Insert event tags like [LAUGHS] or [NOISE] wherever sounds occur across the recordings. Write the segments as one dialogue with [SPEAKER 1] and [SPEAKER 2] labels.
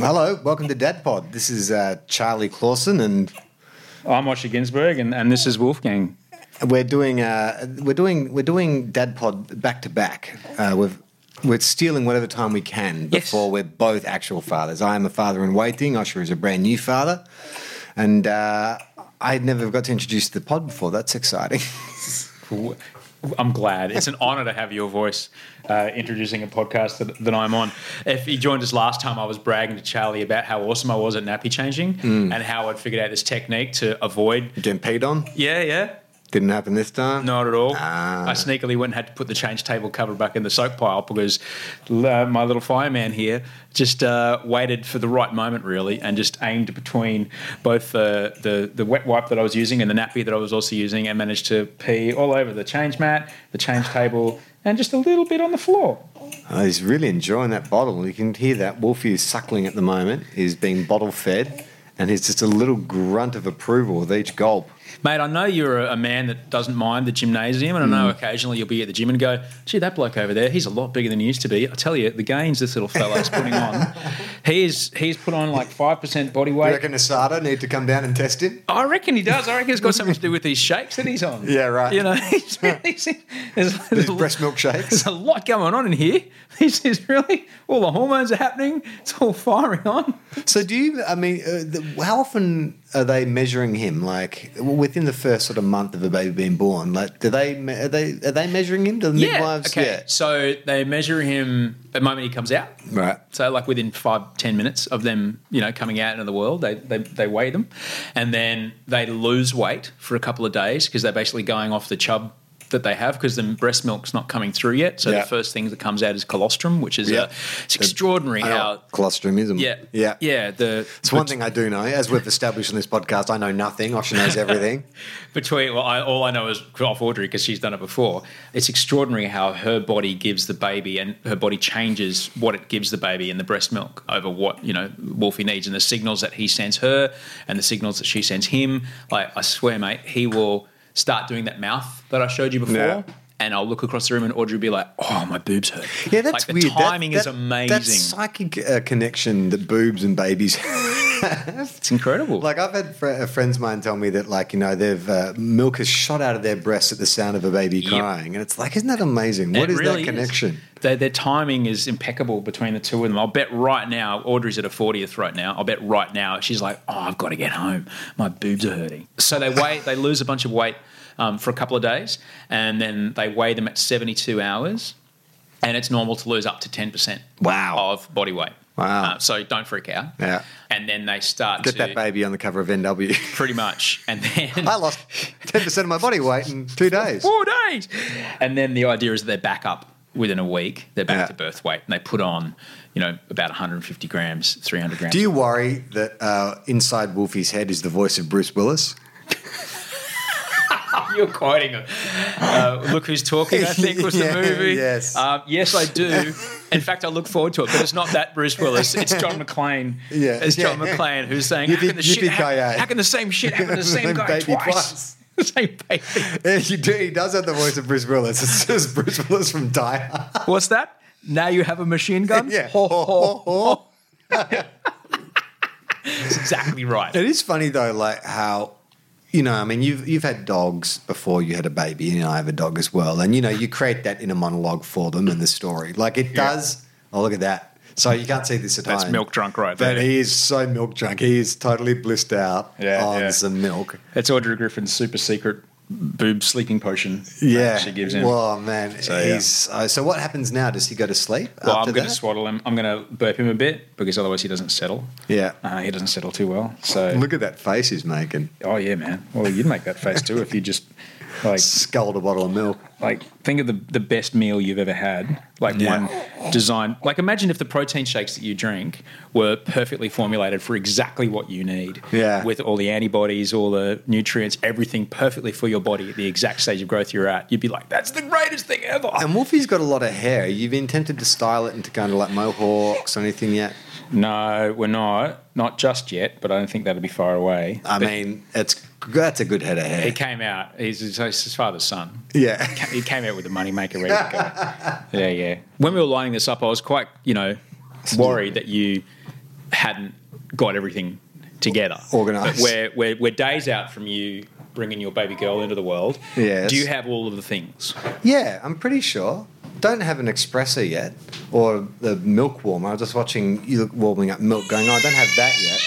[SPEAKER 1] Hello, welcome to Dad Pod. This is uh, Charlie Clausen, and
[SPEAKER 2] I'm Osher Ginsberg, and, and this is Wolfgang.
[SPEAKER 1] we're doing uh, we're doing we're doing Dad Pod back to back. Uh, We've we're stealing whatever time we can
[SPEAKER 2] Yes.
[SPEAKER 1] before we're both actual fathers. I am a father in waiting. Osher is a brand new father, and uh, I never got to introduce the pod before. That's exciting. [LAUGHS]
[SPEAKER 2] I'm glad. It's an honour to have your voice uh, introducing a podcast that, that I'm on. If you joined us last time, I was bragging to Charlie about how awesome I was at nappy changing and how I'd figured out this technique to avoid.
[SPEAKER 1] Getting paid on
[SPEAKER 2] Yeah, yeah.
[SPEAKER 1] didn't happen this time.
[SPEAKER 2] Not at all.
[SPEAKER 1] Ah.
[SPEAKER 2] I sneakily went and had to put the change table cover back in the soap pile because uh, my little fireman here just uh, waited for the right moment, really, and just aimed between both uh, the the wet wipe that I was using and the nappy that I was also using, and managed to pee all over the change mat, the change table, and just a little bit on the floor.
[SPEAKER 1] Oh, he's really enjoying that bottle. You can hear that. Wolfie is suckling at the moment. He's being bottle fed, and he's just a little grunt of approval with each gulp.
[SPEAKER 2] Mate, I know you're a, a man that doesn't mind the gymnasium, and
[SPEAKER 1] Hmm.
[SPEAKER 2] I know occasionally you'll be at the gym and go, gee, that bloke over there, he's a lot bigger than he used to be. I tell you, the gains this little fella's putting
[SPEAKER 1] [LAUGHS]
[SPEAKER 2] on, he is, he's put on like 5% body
[SPEAKER 1] Do
[SPEAKER 2] weight.
[SPEAKER 1] you reckon Asada need to come down and test him?
[SPEAKER 2] I reckon he does. I reckon it's got something to do with these shakes that he's on.
[SPEAKER 1] Yeah, right.
[SPEAKER 2] You know, [LAUGHS] he's really, he's- there's,
[SPEAKER 1] These
[SPEAKER 2] there's, a, lot-
[SPEAKER 1] breast milkshakes.
[SPEAKER 2] there's a lot going on in here. [LAUGHS] This is really, all the hormones are happening. It's all firing on.
[SPEAKER 1] So, do you? I mean, uh, the, how often are they measuring him? Like within the first sort of month of a baby being born, like do they me- are they are they measuring him? Do the midwives?
[SPEAKER 2] Okay. So they measure him the moment he comes out.
[SPEAKER 1] Yeah. Right.
[SPEAKER 2] So like within five, ten minutes of them, you know, coming out into the world, they, they, they weigh them and then they lose weight for a couple of days because they're basically going off the chub that they have because the breast milk's not coming through yet. So
[SPEAKER 1] Yeah.
[SPEAKER 2] the first thing that comes out is colostrum, which is
[SPEAKER 1] Yeah.
[SPEAKER 2] uh, it's extraordinary
[SPEAKER 1] I know
[SPEAKER 2] how...
[SPEAKER 1] what Colostrimism.
[SPEAKER 2] Yeah.
[SPEAKER 1] Yeah.
[SPEAKER 2] Yeah. The,
[SPEAKER 1] It's one thing I do know. As we've established on this podcast, I know nothing. Osha [LAUGHS] knows everything.
[SPEAKER 2] between well, I, all I know is off Audrey because she's done it before. It's extraordinary how her body gives the baby, and her body changes what it gives the baby in the breast milk over what you know Wolfie needs, and the signals that he sends her, and the signals that she sends him. Like I swear, mate, he will start doing that mouth that I showed you before.
[SPEAKER 1] Yeah.
[SPEAKER 2] And I'll look across the room, and Audrey will be like, "Oh, my boobs hurt."
[SPEAKER 1] Yeah, that's
[SPEAKER 2] like, the
[SPEAKER 1] weird. That-
[SPEAKER 2] timing is
[SPEAKER 1] that-
[SPEAKER 2] amazing.
[SPEAKER 1] That psychic uh, connection that boobs and babies [LAUGHS]
[SPEAKER 2] it's incredible.
[SPEAKER 1] Like I've had fr- uh, friends of mine tell me that, like you know, they've uh, milk has shot out of their breasts at the sound of a baby crying, and it's like, isn't that amazing? What
[SPEAKER 2] It
[SPEAKER 1] is
[SPEAKER 2] really
[SPEAKER 1] that connection?
[SPEAKER 2] Their, their timing is impeccable between the two of them. I'll bet right now, Audrey's at a 40th right now. I'll bet right now she's like, oh, I've got to get home. My boobs are hurting. So they wait, they lose a bunch of weight um, for a couple of days and then they weigh them at 72 hours and it's normal to lose up to 10%
[SPEAKER 1] Wow.
[SPEAKER 2] of body weight.
[SPEAKER 1] Wow.
[SPEAKER 2] Uh, so don't freak out.
[SPEAKER 1] Yeah.
[SPEAKER 2] And then they start
[SPEAKER 1] Get
[SPEAKER 2] to
[SPEAKER 1] that baby on the cover of NW.
[SPEAKER 2] pretty much. And
[SPEAKER 1] [LAUGHS]
[SPEAKER 2] then
[SPEAKER 1] I lost ten percent of my body weight in two days.
[SPEAKER 2] four days. And then the idea is that they're back up within a week. They're back
[SPEAKER 1] Yeah.
[SPEAKER 2] to birth weight, and they put on, you know, about 150 grams, 300 grams.
[SPEAKER 1] Do you worry that uh, inside Wolfie's head is the voice of Bruce Willis?
[SPEAKER 2] [LAUGHS]
[SPEAKER 1] [LAUGHS]
[SPEAKER 2] You're quoting it. Uh, look who's talking. I think [LAUGHS] was
[SPEAKER 1] Yeah,
[SPEAKER 2] the movie.
[SPEAKER 1] yes.
[SPEAKER 2] um, yes, I do. In fact, I look forward to it, but it's not that Bruce Willis. [LAUGHS] It's John McClane.
[SPEAKER 1] Yeah,
[SPEAKER 2] it's John
[SPEAKER 1] yeah.
[SPEAKER 2] McClane who's saying,
[SPEAKER 1] You
[SPEAKER 2] how, can
[SPEAKER 1] think-
[SPEAKER 2] the
[SPEAKER 1] you
[SPEAKER 2] shit,
[SPEAKER 1] think
[SPEAKER 2] how,
[SPEAKER 1] I, uh,
[SPEAKER 2] how can the same shit happen to the same [LAUGHS]
[SPEAKER 1] Same
[SPEAKER 2] guy
[SPEAKER 1] baby
[SPEAKER 2] twice?" same baby.
[SPEAKER 1] Yeah, he, do, he does have the voice of Bruce Willis. It's just Bruce Willis from Die Hard.
[SPEAKER 2] What's that? Now you have a machine [LAUGHS] gun.
[SPEAKER 1] Yeah.
[SPEAKER 2] Um, Ho, ho, ho. That's exactly right.
[SPEAKER 1] It is funny though, like how you know, I mean, you've you've had dogs before you had a baby, and I have a dog as well, and you know, you create that inner monologue for them in the story. Like it does. Oh, look at that! So you can't see this at
[SPEAKER 2] That's
[SPEAKER 1] home.
[SPEAKER 2] milk drunk right
[SPEAKER 1] But
[SPEAKER 2] there.
[SPEAKER 1] he is so milk drunk. He is totally blissed out
[SPEAKER 2] Yeah,
[SPEAKER 1] on
[SPEAKER 2] yeah.
[SPEAKER 1] some milk.
[SPEAKER 2] That's Audrey Griffin's super secret boob sleeping potion. that
[SPEAKER 1] Yeah,
[SPEAKER 2] she gives him. Well,
[SPEAKER 1] Well, man,
[SPEAKER 2] So, yeah.
[SPEAKER 1] he's uh, so. What happens now? Does he go to sleep?
[SPEAKER 2] I'm
[SPEAKER 1] after
[SPEAKER 2] going to
[SPEAKER 1] that?
[SPEAKER 2] swaddle him. I'm going to burp him a bit because otherwise he doesn't settle.
[SPEAKER 1] Yeah.
[SPEAKER 2] Uh, he doesn't settle too well. So,
[SPEAKER 1] Look at that face he's making.
[SPEAKER 2] oh yeah, man. Well, you'd make that face too if you just
[SPEAKER 1] [LAUGHS]
[SPEAKER 2] like
[SPEAKER 1] Sculled a bottle of milk.
[SPEAKER 2] like think of the the best meal you've ever had. Like
[SPEAKER 1] Yeah.
[SPEAKER 2] one designed. Like imagine if the protein shakes that you drink were perfectly formulated for exactly what you need.
[SPEAKER 1] Yeah.
[SPEAKER 2] With all the antibodies, all the nutrients, everything perfectly for your body at the exact stage of growth you're at. You'd be like, that's the greatest thing ever.
[SPEAKER 1] And Wolfie's got a lot of hair. You've been tempted to style it into kind of like mohawks or anything yet?
[SPEAKER 2] No, we're not. Not just yet, but I don't think that'll be far away.
[SPEAKER 1] I mean, it's that's a good head of
[SPEAKER 2] He
[SPEAKER 1] hair.
[SPEAKER 2] came out. He's, he's his father's son.
[SPEAKER 1] Yeah,
[SPEAKER 2] He came out with the moneymaker
[SPEAKER 1] [LAUGHS]
[SPEAKER 2] ready to go. yeah, yeah. When we were lining this up, I was quite, you know, worried that you hadn't got everything together.
[SPEAKER 1] Organised.
[SPEAKER 2] But We're, we're, we're days out from you bringing your baby girl into the world.
[SPEAKER 1] Yes.
[SPEAKER 2] Do you have all of the things?
[SPEAKER 1] Yeah, I'm pretty sure. Don't have an espresso yet or the milk warmer. I was just watching you look warming up milk going, oh, I don't have that yet.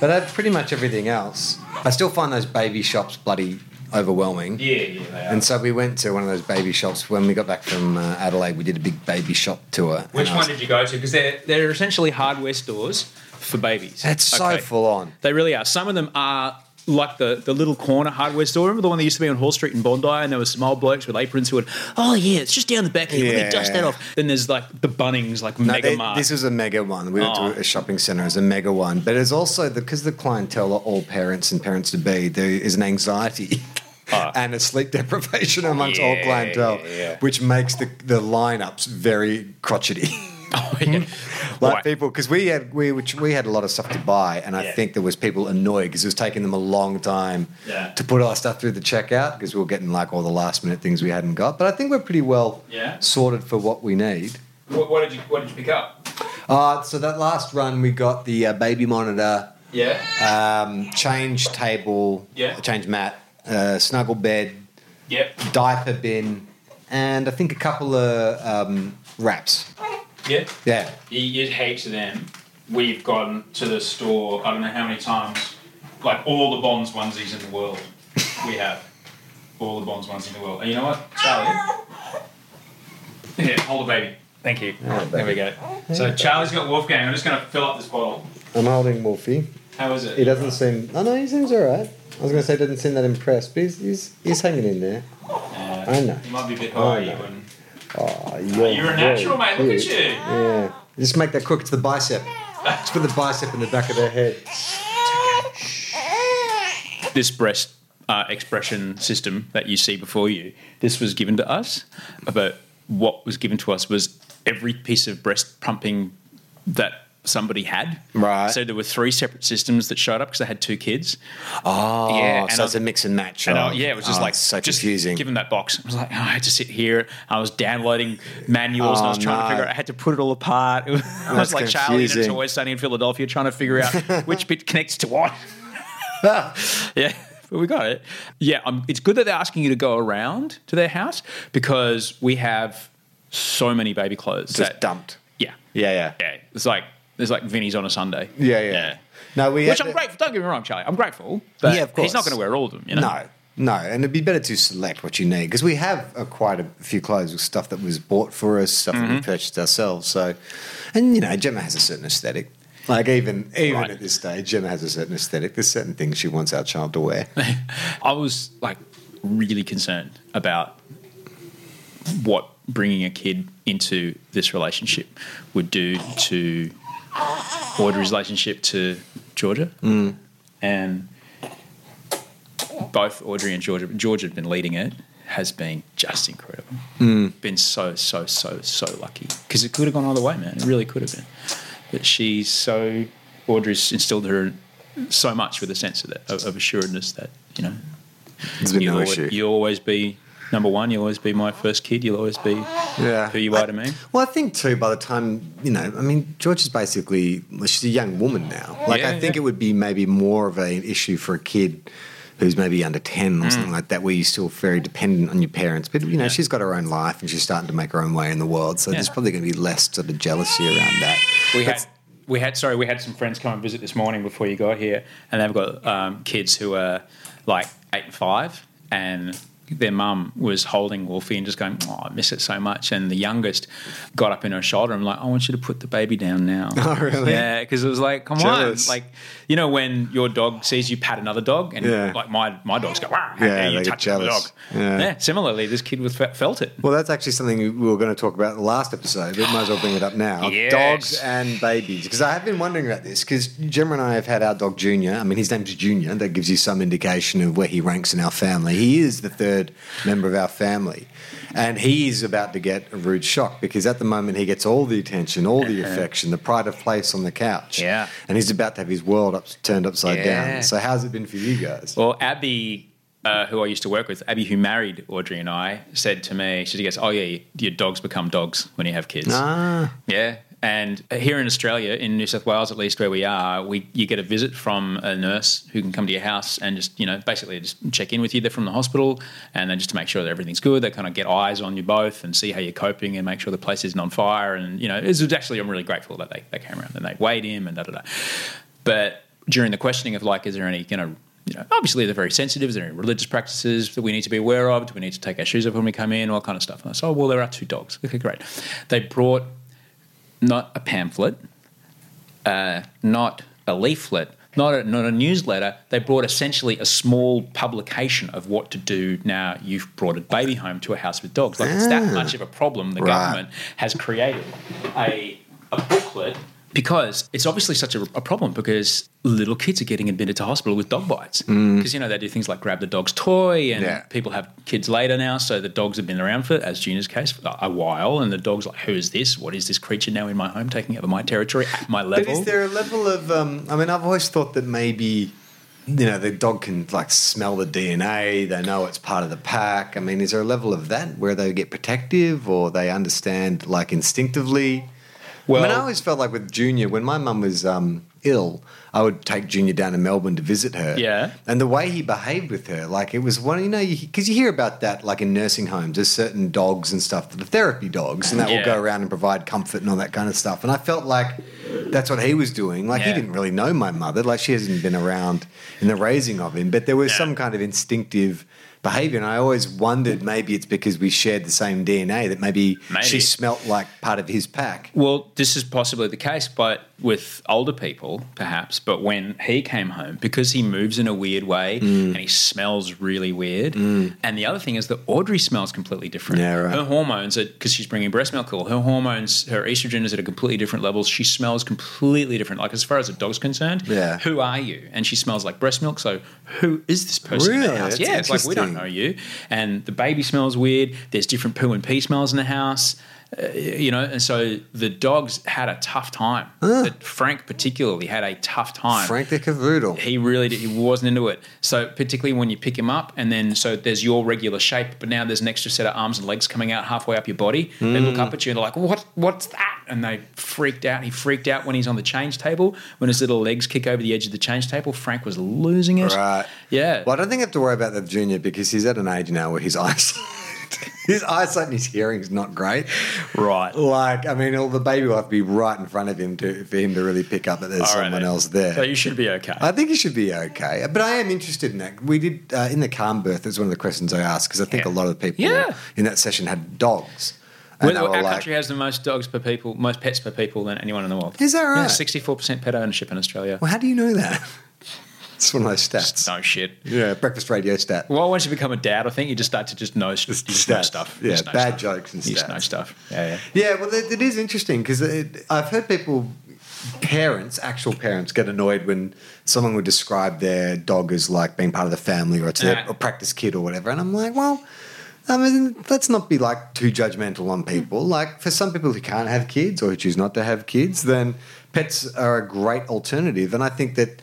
[SPEAKER 1] But I have pretty much everything else. I still find those baby shops bloody overwhelming.
[SPEAKER 2] Yeah, yeah, they
[SPEAKER 1] And so we went to one of those baby shops when we got back from uh, Adelaide. We did a big baby shop tour. And
[SPEAKER 2] Which
[SPEAKER 1] I
[SPEAKER 2] one
[SPEAKER 1] was-
[SPEAKER 2] did you go to? Because they're, they're essentially hardware stores for babies.
[SPEAKER 1] That's so
[SPEAKER 2] Okay.
[SPEAKER 1] full on.
[SPEAKER 2] They really are. Some of them are like the, the little corner hardware store. Remember the one that used to be on Hall Street in Bondi, and there was some old blokes with aprons who would, oh yeah, it's just down the back here. Let
[SPEAKER 1] Yeah.
[SPEAKER 2] me dust that off. Then there's like the Bunnings, like
[SPEAKER 1] No,
[SPEAKER 2] Mega
[SPEAKER 1] they-
[SPEAKER 2] Mart.
[SPEAKER 1] This was a mega one. We went
[SPEAKER 2] Oh.
[SPEAKER 1] to a shopping center. It was a mega one, but it's also because the clientele are all parents and parents to be. There is an anxiety.
[SPEAKER 2] Oh.
[SPEAKER 1] [LAUGHS] And a sleep deprivation amongst all
[SPEAKER 2] Yeah,
[SPEAKER 1] clientele,
[SPEAKER 2] yeah.
[SPEAKER 1] which makes the, the lineups very crotchety.
[SPEAKER 2] [LAUGHS]
[SPEAKER 1] [LAUGHS]
[SPEAKER 2] oh, yeah.
[SPEAKER 1] like
[SPEAKER 2] Right.
[SPEAKER 1] people, because we had we which we had a lot of stuff to buy, and I
[SPEAKER 2] Yeah.
[SPEAKER 1] think there was people annoyed because it was taking them a long time
[SPEAKER 2] Yeah.
[SPEAKER 1] to put our stuff through the checkout because we were getting like all the last minute things we hadn't got. But I think we're pretty well
[SPEAKER 2] Yeah.
[SPEAKER 1] sorted for what we need.
[SPEAKER 2] What, what did you What did you pick up?
[SPEAKER 1] Uh, so that last run, we got the uh, baby monitor,
[SPEAKER 2] Yeah.
[SPEAKER 1] um, change table,
[SPEAKER 2] Yeah.
[SPEAKER 1] change mat, uh, snuggle bed,
[SPEAKER 2] Yep.
[SPEAKER 1] diaper bin, and I think a couple of um, wraps.
[SPEAKER 2] Yep.
[SPEAKER 1] Yeah.
[SPEAKER 2] You get heaps of them. We've gone to the store. I don't know how many times. Like all the Bonds onesies in the world, we have all the Bonds onesies in the world. And you know what, Charlie? Here, hold the baby. Thank you.
[SPEAKER 1] Hold the
[SPEAKER 2] There we go. So Charlie's got Wolfgang. I'm just going to fill up this bottle.
[SPEAKER 1] I'm holding Wolfie.
[SPEAKER 2] How is
[SPEAKER 1] He
[SPEAKER 2] it?
[SPEAKER 1] doesn't seem. Oh no, he seems alright. I was going to say he doesn't seem that impressed, but he's, he's, he's hanging in there.
[SPEAKER 2] Uh,
[SPEAKER 1] I know.
[SPEAKER 2] You might be a bit
[SPEAKER 1] I
[SPEAKER 2] high.
[SPEAKER 1] know.
[SPEAKER 2] you wouldn't-
[SPEAKER 1] Oh, you're,
[SPEAKER 2] You're a natural,
[SPEAKER 1] very
[SPEAKER 2] mate. Look at
[SPEAKER 1] cute.
[SPEAKER 2] you.
[SPEAKER 1] Yeah. Just make that crook. It's the
[SPEAKER 2] [LAUGHS]
[SPEAKER 1] bicep. Just put the bicep in the back of their head.
[SPEAKER 2] this breast uh, expression system that you see before you, this was given to us. But what was given to us was every piece of breast pumping that somebody had.
[SPEAKER 1] Right.
[SPEAKER 2] So there were three separate systems that showed up because I had two kids.
[SPEAKER 1] Oh,
[SPEAKER 2] Yeah, and
[SPEAKER 1] so it's
[SPEAKER 2] I-
[SPEAKER 1] a mix and match.
[SPEAKER 2] And
[SPEAKER 1] of-
[SPEAKER 2] I, yeah, it was just
[SPEAKER 1] oh,
[SPEAKER 2] like
[SPEAKER 1] it's so
[SPEAKER 2] just
[SPEAKER 1] confusing. [LAUGHS]
[SPEAKER 2] Given that box, I was like, oh, I had to sit here. I was downloading manuals. and I was
[SPEAKER 1] Oh,
[SPEAKER 2] trying
[SPEAKER 1] no.
[SPEAKER 2] to figure out. I had to put it all apart. [LAUGHS] It was, I was
[SPEAKER 1] That's
[SPEAKER 2] like Charlie, and it's
[SPEAKER 1] confusing.
[SPEAKER 2] always sunny in Philadelphia, trying to figure out
[SPEAKER 1] [LAUGHS]
[SPEAKER 2] which bit connects to what. Yeah, [LAUGHS] but we got it. Yeah, um, it's good that they're asking you to go around to their house because we have so many baby clothes.
[SPEAKER 1] just
[SPEAKER 2] that,
[SPEAKER 1] dumped.
[SPEAKER 2] Yeah,
[SPEAKER 1] Yeah, yeah,
[SPEAKER 2] yeah. It's like there's like Vinny's on a Sunday.
[SPEAKER 1] yeah, yeah. No, we.
[SPEAKER 2] Which
[SPEAKER 1] had
[SPEAKER 2] I'm
[SPEAKER 1] to-
[SPEAKER 2] grateful. Don't get me wrong, Charlie. I'm grateful. But
[SPEAKER 1] Yeah, of
[SPEAKER 2] He's not
[SPEAKER 1] course.
[SPEAKER 2] going to wear all of them. You know?
[SPEAKER 1] No, no, and it'd be better to select what you need because we have uh quite a few clothes with stuff that was bought for us, stuff that
[SPEAKER 2] Mm-hmm.
[SPEAKER 1] we purchased ourselves. So, and you know, Gemma has a certain aesthetic. Like even even
[SPEAKER 2] Right.
[SPEAKER 1] at this stage, Gemma has a certain aesthetic. There's certain things she wants our child to
[SPEAKER 2] [LAUGHS]
[SPEAKER 1] wear.
[SPEAKER 2] I was like really concerned about what bringing a kid into this relationship would do to Audrey's relationship to Georgia. And both Audrey and Georgia, Georgia had been leading it, has been just incredible. Been so, so, so, so lucky. Because it could have gone either way, man. It really could have been. But she's so, Audrey's instilled her so much with a sense of, that, of, of assuredness that, you know,
[SPEAKER 1] There's been
[SPEAKER 2] you'll,
[SPEAKER 1] no
[SPEAKER 2] always,
[SPEAKER 1] issue.
[SPEAKER 2] you'll always be number one. You'll always be my first kid. You'll always be
[SPEAKER 1] yeah.
[SPEAKER 2] who you are to me.
[SPEAKER 1] Well, I think too. By the time you know, I mean, George is basically well, she's a young woman now. Like,
[SPEAKER 2] Yeah,
[SPEAKER 1] I think
[SPEAKER 2] yeah.
[SPEAKER 1] it would be maybe more of an issue for a kid who's maybe under ten or something like that, where you're still very dependent on your parents. But you know,
[SPEAKER 2] Mm. Yeah.
[SPEAKER 1] she's got her own life and she's starting to make her own way in the world. So there's
[SPEAKER 2] Yeah.
[SPEAKER 1] probably going to be less sort of jealousy around that.
[SPEAKER 2] We
[SPEAKER 1] That's-
[SPEAKER 2] had we had sorry we had some friends come and visit this morning before you got here, and they've got um, kids who are like eight and five, and their mum was holding Wolfie and just going, "Oh, I miss it so much." And the youngest got up in her shoulder. and like, "I want you to put the baby down now."
[SPEAKER 1] [LAUGHS] Oh, really?
[SPEAKER 2] Yeah, because it was like, "Come
[SPEAKER 1] Jealous.
[SPEAKER 2] on!" Like you know when your dog sees you pat another dog, and
[SPEAKER 1] Yeah.
[SPEAKER 2] like my my dogs go, "Wow!"
[SPEAKER 1] Yeah,
[SPEAKER 2] and you
[SPEAKER 1] they get
[SPEAKER 2] touch the
[SPEAKER 1] jealous.
[SPEAKER 2] dog.
[SPEAKER 1] Yeah.
[SPEAKER 2] Similarly, this kid was felt it.
[SPEAKER 1] Well, that's actually something we were going to talk about in the last episode, but might as well bring it up now.
[SPEAKER 2] Yes.
[SPEAKER 1] Dogs and babies. Because I have been wondering about this, because Gemma and I have had our dog Junior. I mean, his name's Junior. That gives you some indication of where he ranks in our family. He is the third member of our family. And he is about to get a rude shock because at the moment he gets all the attention, all the affection, the pride of place on the couch.
[SPEAKER 2] Uh-huh. Yeah.
[SPEAKER 1] And he's about to have his world up, turned upside
[SPEAKER 2] Yeah.
[SPEAKER 1] down. So, how's it been for you guys?
[SPEAKER 2] Well, Abby uh, who I used to work with, Abby, who married Audrey and I, said to me, she goes, "Oh yeah, your dogs become dogs when you have kids."
[SPEAKER 1] Ah,
[SPEAKER 2] Yeah. And here in Australia, in New South Wales, at least where we are, we you get a visit from a nurse who can come to your house and just you know basically just check in with you. They're from the hospital, and then just to make sure that everything's good. They kind of get eyes on you both and see how you're coping and make sure the place isn't on fire. And you know, it was actually I'm really grateful that they, they came around and they weighed him and da da da. But during the questioning of like, is there any you know you know, obviously they're very sensitive. Is there any religious practices that we need to be aware of? Do we need to take our shoes off when we come in? All that kind of stuff. And I said, oh well, there are two dogs. Okay, great. They brought not a pamphlet, uh, not a leaflet, not a, not a newsletter. They brought essentially a small publication of what to do now you've brought a baby home to a house with dogs. Like it's that
[SPEAKER 1] Ah.
[SPEAKER 2] much of a problem the
[SPEAKER 1] Right.
[SPEAKER 2] government has created a, a booklet because it's obviously such a, a problem because little kids are getting admitted to hospital with dog bites because you know they do things like grab the dog's toy and
[SPEAKER 1] Mm. Yeah.
[SPEAKER 2] people have kids later now so the dogs have been around for as Gina's case for a while and the dog's like who is this what is this creature now in my home taking over my territory at my level
[SPEAKER 1] But is there a level of? Um, I mean, I've always thought that maybe you know the dog can like smell the DNA. They know it's part of the pack. I mean, is there a level of that where they get protective or they understand like instinctively? Well, I mean, I
[SPEAKER 2] Well-
[SPEAKER 1] always felt like with Junior when my mum was um, ill, I would take Junior down to Melbourne to visit her.
[SPEAKER 2] Yeah.
[SPEAKER 1] and the way he behaved with her, like it was one, you know, because you, hear about that like in nursing homes. There's certain dogs and stuff, the therapy dogs, and that will
[SPEAKER 2] Yeah.
[SPEAKER 1] go around around and provide comfort and all that kind of stuff. And I felt like that's what he was doing. Like he
[SPEAKER 2] Yeah.
[SPEAKER 1] didn't really know my mother. Like she hasn't been around in the raising of him, but there was
[SPEAKER 2] Yeah.
[SPEAKER 1] some kind of instinctive behavior. And I always wondered maybe it's because we shared the same DNA that maybe,
[SPEAKER 2] Maybe.
[SPEAKER 1] she smelt like part of his pack.
[SPEAKER 2] Well, this is possibly the case, but with older people, perhaps. But when he came home, because he moves in a weird way
[SPEAKER 1] Mm.
[SPEAKER 2] and he smells really weird. And the other thing is that Audrey smells completely different.
[SPEAKER 1] Yeah, right.
[SPEAKER 2] Her hormones, because she's bringing breast milk all, her hormones, her estrogen is at a completely different level. She smells completely different. Like, as far as a dog's concerned,
[SPEAKER 1] Yeah.
[SPEAKER 2] who are you? And she smells like breast milk. So, who is this person in
[SPEAKER 1] Really?
[SPEAKER 2] the house?
[SPEAKER 1] That's
[SPEAKER 2] yeah, it's like we don't
[SPEAKER 1] interesting.
[SPEAKER 2] know you. And the baby smells weird. There's different poo and pee smells in the house, uh, you know. And so the dogs had a tough time. But Frank particularly had a tough time.
[SPEAKER 1] Frank the Cavoodle.
[SPEAKER 2] He really did, he wasn't into it. So particularly when you pick him up, and then so there's your regular shape, but now there's an extra set of arms and legs coming out halfway up your body. They
[SPEAKER 1] Hmm.
[SPEAKER 2] look up at you and they're like, "What? What's that?" And they freaked out. He freaked out when he's on the change table when his little legs kick over the edge of the change table. Frank was losing it.
[SPEAKER 1] Right.
[SPEAKER 2] Yeah.
[SPEAKER 1] Well, I don't think I have to worry about the junior because he's at an age now where his [LAUGHS] eyesight, his eyesight and his hearing's not great.
[SPEAKER 2] Right.
[SPEAKER 1] Like, I mean, all the baby will have to be right in front of him to, for him to really pick up that there's
[SPEAKER 2] All right,
[SPEAKER 1] someone
[SPEAKER 2] then.
[SPEAKER 1] else there.
[SPEAKER 2] So you should be okay.
[SPEAKER 1] I think it should be okay, but I am interested in that. We did uh, in the calm birth. It's one of the questions I asked because I think
[SPEAKER 2] Yeah.
[SPEAKER 1] a lot of people
[SPEAKER 2] Yeah.
[SPEAKER 1] in that session had dogs.
[SPEAKER 2] Well,
[SPEAKER 1] And they
[SPEAKER 2] our
[SPEAKER 1] were like,
[SPEAKER 2] country has the most dogs per people, most pets per people than anyone in the world.
[SPEAKER 1] Is that
[SPEAKER 2] Yeah,
[SPEAKER 1] right?
[SPEAKER 2] sixty-four percent pet ownership in Australia.
[SPEAKER 1] "Well, how do you know that?" [LAUGHS] it's one of those stats.
[SPEAKER 2] No shit.
[SPEAKER 1] Yeah, breakfast radio stat.
[SPEAKER 2] Well, once you become a dad, I think you just start to just know, you just know
[SPEAKER 1] Stats.
[SPEAKER 2] stuff. You
[SPEAKER 1] Yeah,
[SPEAKER 2] just know
[SPEAKER 1] bad
[SPEAKER 2] stuff.
[SPEAKER 1] jokes and
[SPEAKER 2] You just know
[SPEAKER 1] stats.
[SPEAKER 2] stuff. Yeah,
[SPEAKER 1] Yeah, well, it, it is interesting because I've heard people, parents, actual parents, get annoyed when someone would describe their dog as like being part of the family or it's their
[SPEAKER 2] Yeah.
[SPEAKER 1] a practice kid or whatever. And I'm like, well, I mean, let's not be like too judgmental on people. Like, for some people who can't have kids or who choose not to have kids, then pets are a great alternative. And I think that.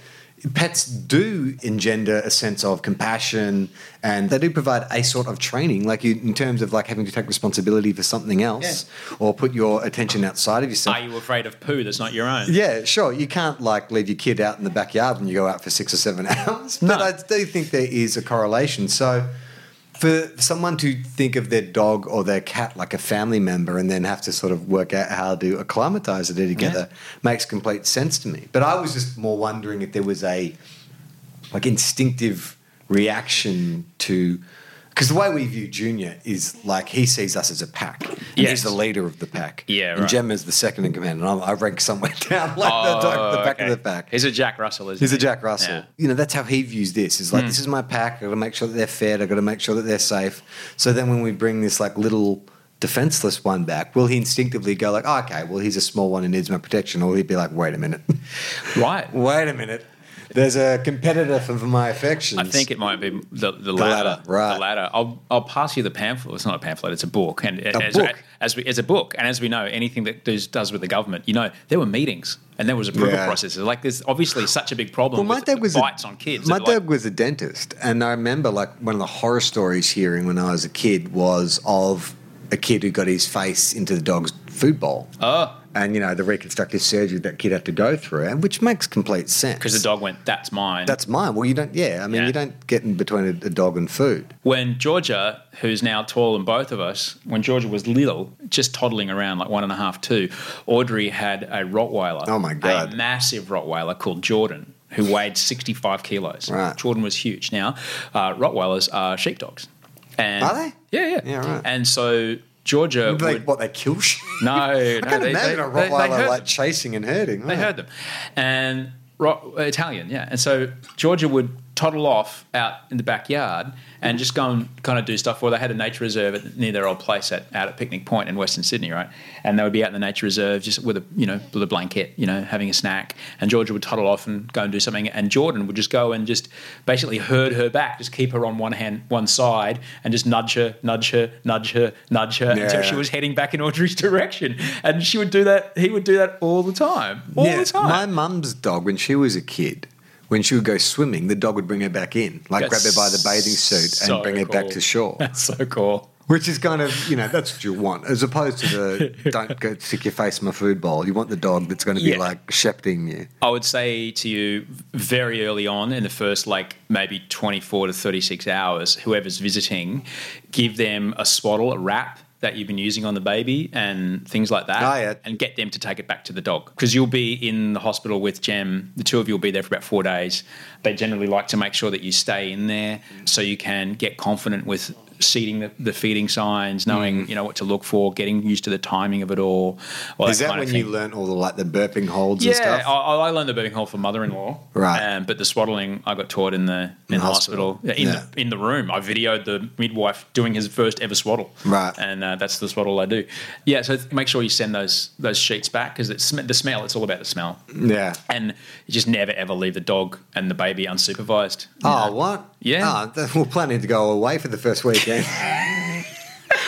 [SPEAKER 1] Pets do engender a sense of compassion, and they do provide a sort of training, like you, in terms of like having to take responsibility for something else, or put your attention outside of
[SPEAKER 2] yeah.
[SPEAKER 1] yourself.
[SPEAKER 2] Are you afraid of poo that's not your
[SPEAKER 1] [LAUGHS]
[SPEAKER 2] [LAUGHS] own?
[SPEAKER 1] yeah, sure. You can't like leave your kid out in the backyard when you go out for six or seven [LAUGHS] hours. But
[SPEAKER 2] No.
[SPEAKER 1] I do think there is a correlation. So for someone to think of their dog or their cat like a family member and then have to sort of work out how to acclimatize it together makes complete sense to me. But I was just more wondering if there was a like instinctive reaction to because the way we view Junior is like he sees us as a pack. And He's
[SPEAKER 2] Yes.
[SPEAKER 1] the leader of the pack.
[SPEAKER 2] Yeah,
[SPEAKER 1] And
[SPEAKER 2] right.
[SPEAKER 1] Gemma's the second in command, and I'm, I rank somewhere [LAUGHS] down like the, dog, the
[SPEAKER 2] Oh,
[SPEAKER 1] back
[SPEAKER 2] okay.
[SPEAKER 1] of the pack.
[SPEAKER 2] He's a Jack Russell, isn't
[SPEAKER 1] He's a
[SPEAKER 2] he?
[SPEAKER 1] Jack Russell.
[SPEAKER 2] Yeah. Hmm.
[SPEAKER 1] You know, that's how he views this. Is like, this is my pack. I got to make sure that they're fed. I got to make sure that they're safe. So then, when we bring this like little defenseless one back, will he instinctively go like, oh, okay, well he's a small one and needs my protection, or he'd be like, [LAUGHS] wait a minute,
[SPEAKER 2] Right.
[SPEAKER 1] wait a minute, There's a competitor for my affections.
[SPEAKER 2] I think it might be the, the,
[SPEAKER 1] latter,
[SPEAKER 2] ladder,
[SPEAKER 1] right.
[SPEAKER 2] The ladder. I'll, I'll pass you the pamphlet. It's not a pamphlet. It's a book. And
[SPEAKER 1] A
[SPEAKER 2] as,
[SPEAKER 1] book?
[SPEAKER 2] As, we, as a book, and as we know, anything that does, does with the government, you know, there were meetings and there was approval
[SPEAKER 1] Yeah.
[SPEAKER 2] processes. Like there's obviously such a big problem with bites on kids.
[SPEAKER 1] My
[SPEAKER 2] Like,
[SPEAKER 1] dad was a dentist, and I remember like one of the horror stories hearing when I was a kid was of a kid who got his face into the dog's food bowl.
[SPEAKER 2] oh,
[SPEAKER 1] and you know the reconstructive surgery that kid had to go through, and which makes complete sense
[SPEAKER 2] because the dog went, that's mine.
[SPEAKER 1] That's mine. Well, you don't. Yeah, I mean,
[SPEAKER 2] Yeah.
[SPEAKER 1] you don't get in between a, a dog and food.
[SPEAKER 2] when Georgia, who's now taller than both of us, when Georgia was little, just toddling around like one and a half, two, Audrey had a Rottweiler.
[SPEAKER 1] Oh, my God.
[SPEAKER 2] A massive Rottweiler called Jordan, who weighed 65 kilos.
[SPEAKER 1] Right.
[SPEAKER 2] Jordan was huge. Now, uh, Rottweilers are sheepdogs. And
[SPEAKER 1] Are they?
[SPEAKER 2] Yeah, yeah.
[SPEAKER 1] Yeah, right.
[SPEAKER 2] And so Georgia.
[SPEAKER 1] They,
[SPEAKER 2] would,
[SPEAKER 1] what they kill? Shit?
[SPEAKER 2] no,
[SPEAKER 1] [LAUGHS] I
[SPEAKER 2] no,
[SPEAKER 1] can't
[SPEAKER 2] they,
[SPEAKER 1] imagine
[SPEAKER 2] they-
[SPEAKER 1] a
[SPEAKER 2] they- they
[SPEAKER 1] Rottweiler
[SPEAKER 2] hurt
[SPEAKER 1] like chasing and herding.
[SPEAKER 2] they heard them. And ro- Italian, yeah. And so Georgia would toddle off out in the backyard and just go and kind of do stuff. Well, they had a nature reserve at, near their old place at, out at Picnic Point in Western Sydney, right? And they would be out in the nature reserve just with a, you know, with a blanket, you know, having a snack. And Georgia would toddle off and go and do something. And Jordan would just go and just basically herd her back, just keep her on one hand, one side and just nudge her, nudge her, nudge her, nudge her until she
[SPEAKER 1] Yeah.
[SPEAKER 2] was heading back in Audrey's [LAUGHS] direction. And she would do that. He would do that all the time. All
[SPEAKER 1] Yeah,
[SPEAKER 2] the time.
[SPEAKER 1] My mum's dog, when she was a kid, when she would go swimming, the dog would bring her back in, like
[SPEAKER 2] That's
[SPEAKER 1] grab her by the bathing suit
[SPEAKER 2] so
[SPEAKER 1] and bring her back
[SPEAKER 2] cool.
[SPEAKER 1] to shore.
[SPEAKER 2] That's so cool.
[SPEAKER 1] Which is kind of, you know, that's what you want, as opposed to
[SPEAKER 2] [LAUGHS]
[SPEAKER 1] the don't go stick your face in my food bowl. You want the dog that's going to be
[SPEAKER 2] Yeah.
[SPEAKER 1] like shepherding you.
[SPEAKER 2] I would say to you very early on in the first like maybe 24 to 36 hours, whoever's visiting, give them a swaddle, a wrap that you've been using on the baby and things like that
[SPEAKER 1] Oh, yeah.
[SPEAKER 2] and get them to take it back to the dog because you'll be in the hospital with Jem. The two of you will be there for about four days. They generally like to make sure that you stay in there so you can get confident with seating the, the feeding signs, knowing,
[SPEAKER 1] Mm.
[SPEAKER 2] you know, what to look for, getting used to the timing of it all. all
[SPEAKER 1] Is that
[SPEAKER 2] kind of
[SPEAKER 1] when
[SPEAKER 2] thing.
[SPEAKER 1] you learn all the like the burping holds
[SPEAKER 2] Yeah,
[SPEAKER 1] and stuff?
[SPEAKER 2] I, I learned the burping hole for mother-in-law,
[SPEAKER 1] Right.
[SPEAKER 2] Um, but the swaddling I got taught in the in, the hospital,
[SPEAKER 1] hospital.
[SPEAKER 2] in
[SPEAKER 1] Yeah.
[SPEAKER 2] the in the room. I videoed the midwife doing his first ever swaddle,
[SPEAKER 1] Right.
[SPEAKER 2] And uh, that's the swaddle I do. Yeah, so th- make sure you send those those sheets back because it's sm- the smell. It's all about the smell,
[SPEAKER 1] yeah.
[SPEAKER 2] and you just never ever leave the dog and the baby unsupervised.
[SPEAKER 1] Oh, what?
[SPEAKER 2] Yeah.
[SPEAKER 1] Oh, th- [LAUGHS] we're planning to go away for the first weekend.
[SPEAKER 2] [LAUGHS]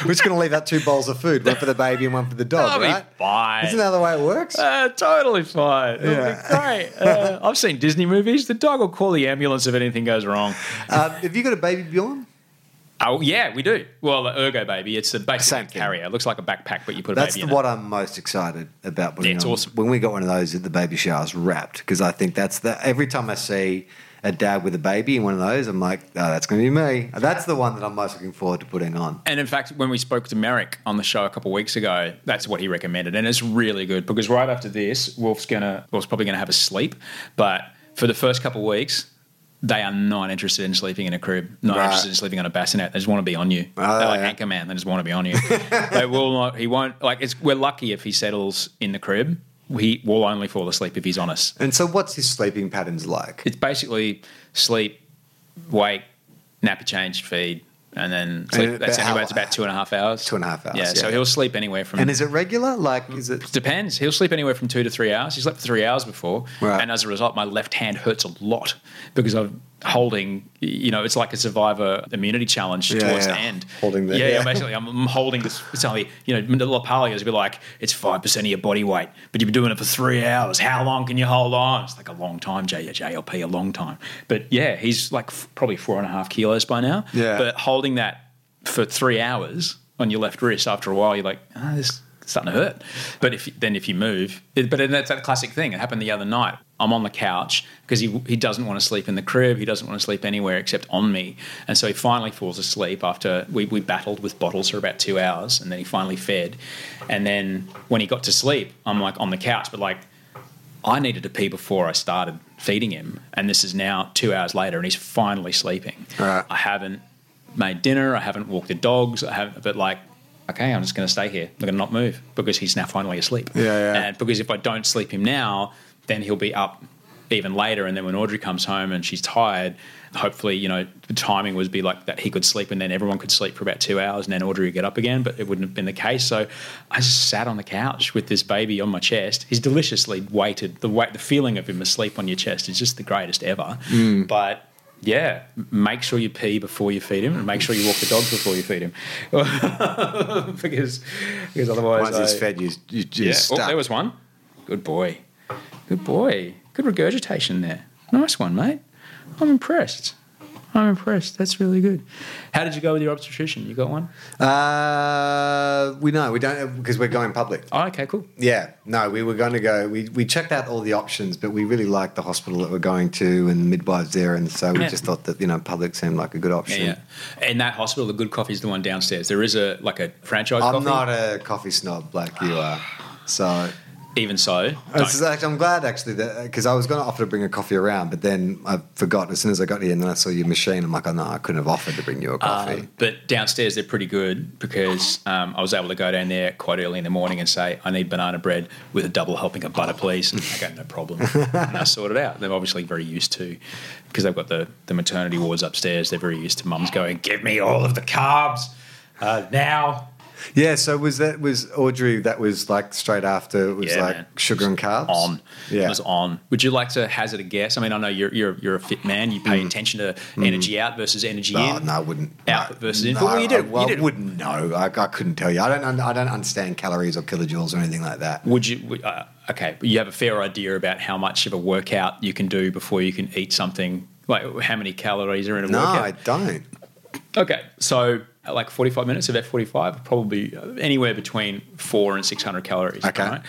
[SPEAKER 1] we're just going to leave out two bowls of food, one for the baby and one for the dog,
[SPEAKER 2] That'll be
[SPEAKER 1] right?
[SPEAKER 2] fine.
[SPEAKER 1] Isn't that the way it
[SPEAKER 2] [LAUGHS]
[SPEAKER 1] works?
[SPEAKER 2] Uh, totally fine. It'll
[SPEAKER 1] Yeah.
[SPEAKER 2] be great. Uh, I've seen Disney movies. The dog will call the ambulance if anything goes wrong.
[SPEAKER 1] Um, have you got a baby Bjorn?
[SPEAKER 2] Oh yeah, we do. Well, the Ergo Baby, it's a
[SPEAKER 1] Same
[SPEAKER 2] basic
[SPEAKER 1] thing.
[SPEAKER 2] carrier. It looks like a backpack, but you put a
[SPEAKER 1] That's
[SPEAKER 2] baby in
[SPEAKER 1] what I'm most excited about. putting
[SPEAKER 2] Yeah, it's
[SPEAKER 1] on.
[SPEAKER 2] awesome.
[SPEAKER 1] When we got one of those at the baby showers wrapped, because I think that's the every time I see a dad with a baby in one of those, I'm like, oh, that's going to be me. That's the one that I'm most looking forward to putting on.
[SPEAKER 2] it. And in fact, when we spoke to Merrick on the show a couple of weeks ago, that's what he recommended, and it's really good because right after this, Wolf's gonna Wolf's probably gonna have a sleep, but for the first couple of weeks. They are not interested in sleeping in a crib, not
[SPEAKER 1] Right.
[SPEAKER 2] interested in sleeping on a bassinet. They just want to be on you.
[SPEAKER 1] Oh,
[SPEAKER 2] They're like
[SPEAKER 1] yeah.
[SPEAKER 2] anchor man. They just want to
[SPEAKER 1] [LAUGHS]
[SPEAKER 2] be on you. they will not. He won't. Like it's. We're lucky if he settles in the crib. He will only fall asleep if he's on us.
[SPEAKER 1] And so, what's his sleeping patterns like?
[SPEAKER 2] it's basically sleep, wake, nappy change, feed, and then
[SPEAKER 1] And
[SPEAKER 2] sleep. That's
[SPEAKER 1] about
[SPEAKER 2] anywhere.
[SPEAKER 1] how-
[SPEAKER 2] It's about two and a half hours.
[SPEAKER 1] Two and a half hours,
[SPEAKER 2] Yeah. So
[SPEAKER 1] yeah.
[SPEAKER 2] he'll sleep anywhere from.
[SPEAKER 1] And is it regular? Like, is it?
[SPEAKER 2] Depends. He'll sleep anywhere from two to three hours. He slept for three hours before,
[SPEAKER 1] Right.
[SPEAKER 2] and as a result, my left hand hurts a lot because I'm holding. You know, it's like a survivor immunity challenge
[SPEAKER 1] Yeah,
[SPEAKER 2] towards
[SPEAKER 1] yeah.
[SPEAKER 2] the end.
[SPEAKER 1] Holding the-
[SPEAKER 2] yeah,
[SPEAKER 1] yeah.
[SPEAKER 2] yeah. basically, I'm, I'm holding this. It's only you know, Lapalios would be like, it's five percent of your body weight, but you've been doing it for three hours. How long can you hold on? It's like a long time, J- JLP, a long time. But yeah, he's like f- probably four and a half kilos by now.
[SPEAKER 1] Yeah.
[SPEAKER 2] but holding that for three hours on your left wrist after a while you're like ah, this is starting to hurt but if then if you move it, but then that's that classic thing it happened the other night i'm on the couch because he, he doesn't want to sleep in the crib he doesn't want to sleep anywhere except on me and so he finally falls asleep after we, we battled with bottles for about two hours and then he finally fed and then when he got to sleep i'm like on the couch but like I needed to pee before I started feeding him, and this is now two hours later, and he's finally sleeping.
[SPEAKER 1] Right.
[SPEAKER 2] I haven't made dinner. I haven't walked the dogs. I haven't, but like, okay, I'm just going to stay here. I'm going to not move because he's now finally asleep.
[SPEAKER 1] Yeah, yeah.
[SPEAKER 2] And because if I don't sleep him now, then he'll be up even later. And then when Audrey comes home and she's tired, hopefully, you know, the timing would be like that he could sleep and then everyone could sleep for about two hours and then Audrey would get up again, but it wouldn't have been the case. So I just sat on the couch with this baby on my chest. He's deliciously weighted. The weight, the feeling of him asleep on your chest is just the greatest ever.
[SPEAKER 1] Mm.
[SPEAKER 2] But yeah, make sure you pee before you feed him, and make sure you walk the dog before you feed him, [LAUGHS] because because otherwise,
[SPEAKER 1] Once
[SPEAKER 2] I-
[SPEAKER 1] it's fed, you, you
[SPEAKER 2] yeah.
[SPEAKER 1] just
[SPEAKER 2] Oh,
[SPEAKER 1] stuck.
[SPEAKER 2] there was one. Good boy. Good boy. Good regurgitation there. Nice one, mate. I'm impressed. I'm impressed. That's really good. How did you go with your obstetrician? You got one?
[SPEAKER 1] uh, we know we don't because we're going public.
[SPEAKER 2] Oh, okay, cool.
[SPEAKER 1] Yeah, no, we were going to go. We, we checked out all the options, but we really liked the hospital that we're going to and the midwives there, and so we
[SPEAKER 2] Yeah.
[SPEAKER 1] just thought that you know public seemed like a good option.
[SPEAKER 2] Yeah, yeah. In that hospital, the good coffee is the one downstairs. There is a like a franchise
[SPEAKER 1] I'm
[SPEAKER 2] coffee.
[SPEAKER 1] not a coffee snob like you are,
[SPEAKER 2] [SIGHS]
[SPEAKER 1] so
[SPEAKER 2] Even so,
[SPEAKER 1] It's
[SPEAKER 2] don't.
[SPEAKER 1] like- I'm glad actually that because I was going to offer to bring a coffee around, but then I forgot as soon as I got here, and then I saw your machine. I'm like, oh no, I couldn't have offered to bring you a coffee.
[SPEAKER 2] Um, but downstairs they're pretty good because um, I was able to go down there quite early in the morning and say, "I need banana bread with a double helping of butter, please." And I go, "No problem," and I sort it out. They're obviously very used to because they've got the the maternity wards upstairs. They're very used to mums going, "Give me all of the carbs uh, now."
[SPEAKER 1] yeah. So was that was Audrey? That was like straight after. It was
[SPEAKER 2] Yeah,
[SPEAKER 1] like
[SPEAKER 2] man.
[SPEAKER 1] sugar and carbs
[SPEAKER 2] on.
[SPEAKER 1] Yeah.
[SPEAKER 2] It was on. Would you like to hazard a guess? I mean, I know you're you're, you're a fit man. You pay attention to energy out versus energy
[SPEAKER 1] Oh,
[SPEAKER 2] in.
[SPEAKER 1] no, I wouldn't.
[SPEAKER 2] Output
[SPEAKER 1] no,
[SPEAKER 2] versus input.
[SPEAKER 1] No,
[SPEAKER 2] Well, you did-
[SPEAKER 1] I, well,
[SPEAKER 2] you did-
[SPEAKER 1] I wouldn't know. I, I couldn't tell you. I don't. un- I don't understand calories or kilojoules or anything like that.
[SPEAKER 2] Would you? would- Uh, okay, but you have a fair idea about how much of a workout you can do before you can eat something. Like how many calories are in a
[SPEAKER 1] No, I
[SPEAKER 2] workout?
[SPEAKER 1] don't.
[SPEAKER 2] Okay, so uh, like forty-five minutes of F forty-five, probably uh, anywhere between four and six hundred calories.
[SPEAKER 1] Okay.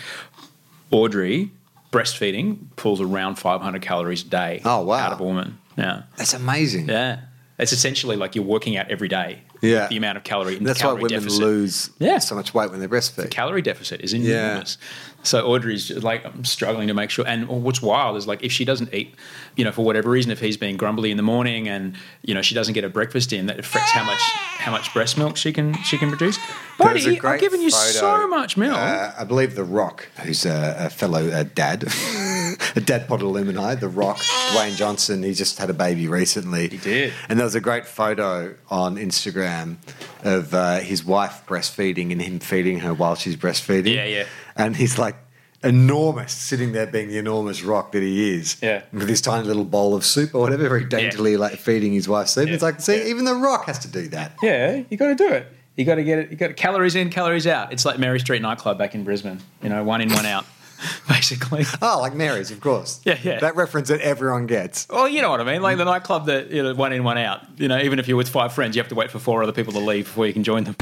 [SPEAKER 2] Audrey, breastfeeding pulls around five hundred calories a day.
[SPEAKER 1] Oh, wow.
[SPEAKER 2] Out of a woman. Yeah.
[SPEAKER 1] That's amazing.
[SPEAKER 2] Yeah. It's essentially like you're working out every day.
[SPEAKER 1] Yeah.
[SPEAKER 2] The amount of calorie. And
[SPEAKER 1] That's why
[SPEAKER 2] calorie
[SPEAKER 1] women
[SPEAKER 2] deficit.
[SPEAKER 1] lose
[SPEAKER 2] Yeah.
[SPEAKER 1] so much weight when they breastfeed.
[SPEAKER 2] Calorie deficit is enormous. So Audrey's just like I'm struggling to make sure. And what's wild is like if she doesn't eat, you know, for whatever reason, if he's being grumbly in the morning and you know she doesn't get her breakfast in, that affects how much how much breast milk she can she can produce.
[SPEAKER 1] There's a
[SPEAKER 2] Buddy, I'm
[SPEAKER 1] great
[SPEAKER 2] giving you
[SPEAKER 1] photo,
[SPEAKER 2] so much milk.
[SPEAKER 1] Uh, I believe The Rock, who's a, a fellow uh, dad, [LAUGHS] a dad pod alumni, The Rock, Dwayne Johnson, he just had a baby recently. He
[SPEAKER 2] did.
[SPEAKER 1] And there was a great photo on Instagram of uh, his wife breastfeeding and him feeding her while she's breastfeeding.
[SPEAKER 2] Yeah, yeah.
[SPEAKER 1] And he's like enormous, sitting there being the enormous rock that he is.
[SPEAKER 2] Yeah.
[SPEAKER 1] With his tiny little bowl of soup or whatever, very daintily like feeding his wife soup. It's like, see,
[SPEAKER 2] yeah.
[SPEAKER 1] even The Rock has to do that.
[SPEAKER 2] Yeah, you got to do it. You got to get it. You got calories in, calories out. It's like Mary Street nightclub back in Brisbane. You know, one in, one out, [LAUGHS] basically.
[SPEAKER 1] [LAUGHS] Oh, like Mary's, of course.
[SPEAKER 2] Yeah, yeah.
[SPEAKER 1] That reference that everyone gets.
[SPEAKER 2] Well, you know what I mean. Like the nightclub that you know, one in, one out. You know, even if you're with five friends, you have to wait for four other people to leave before you can join them.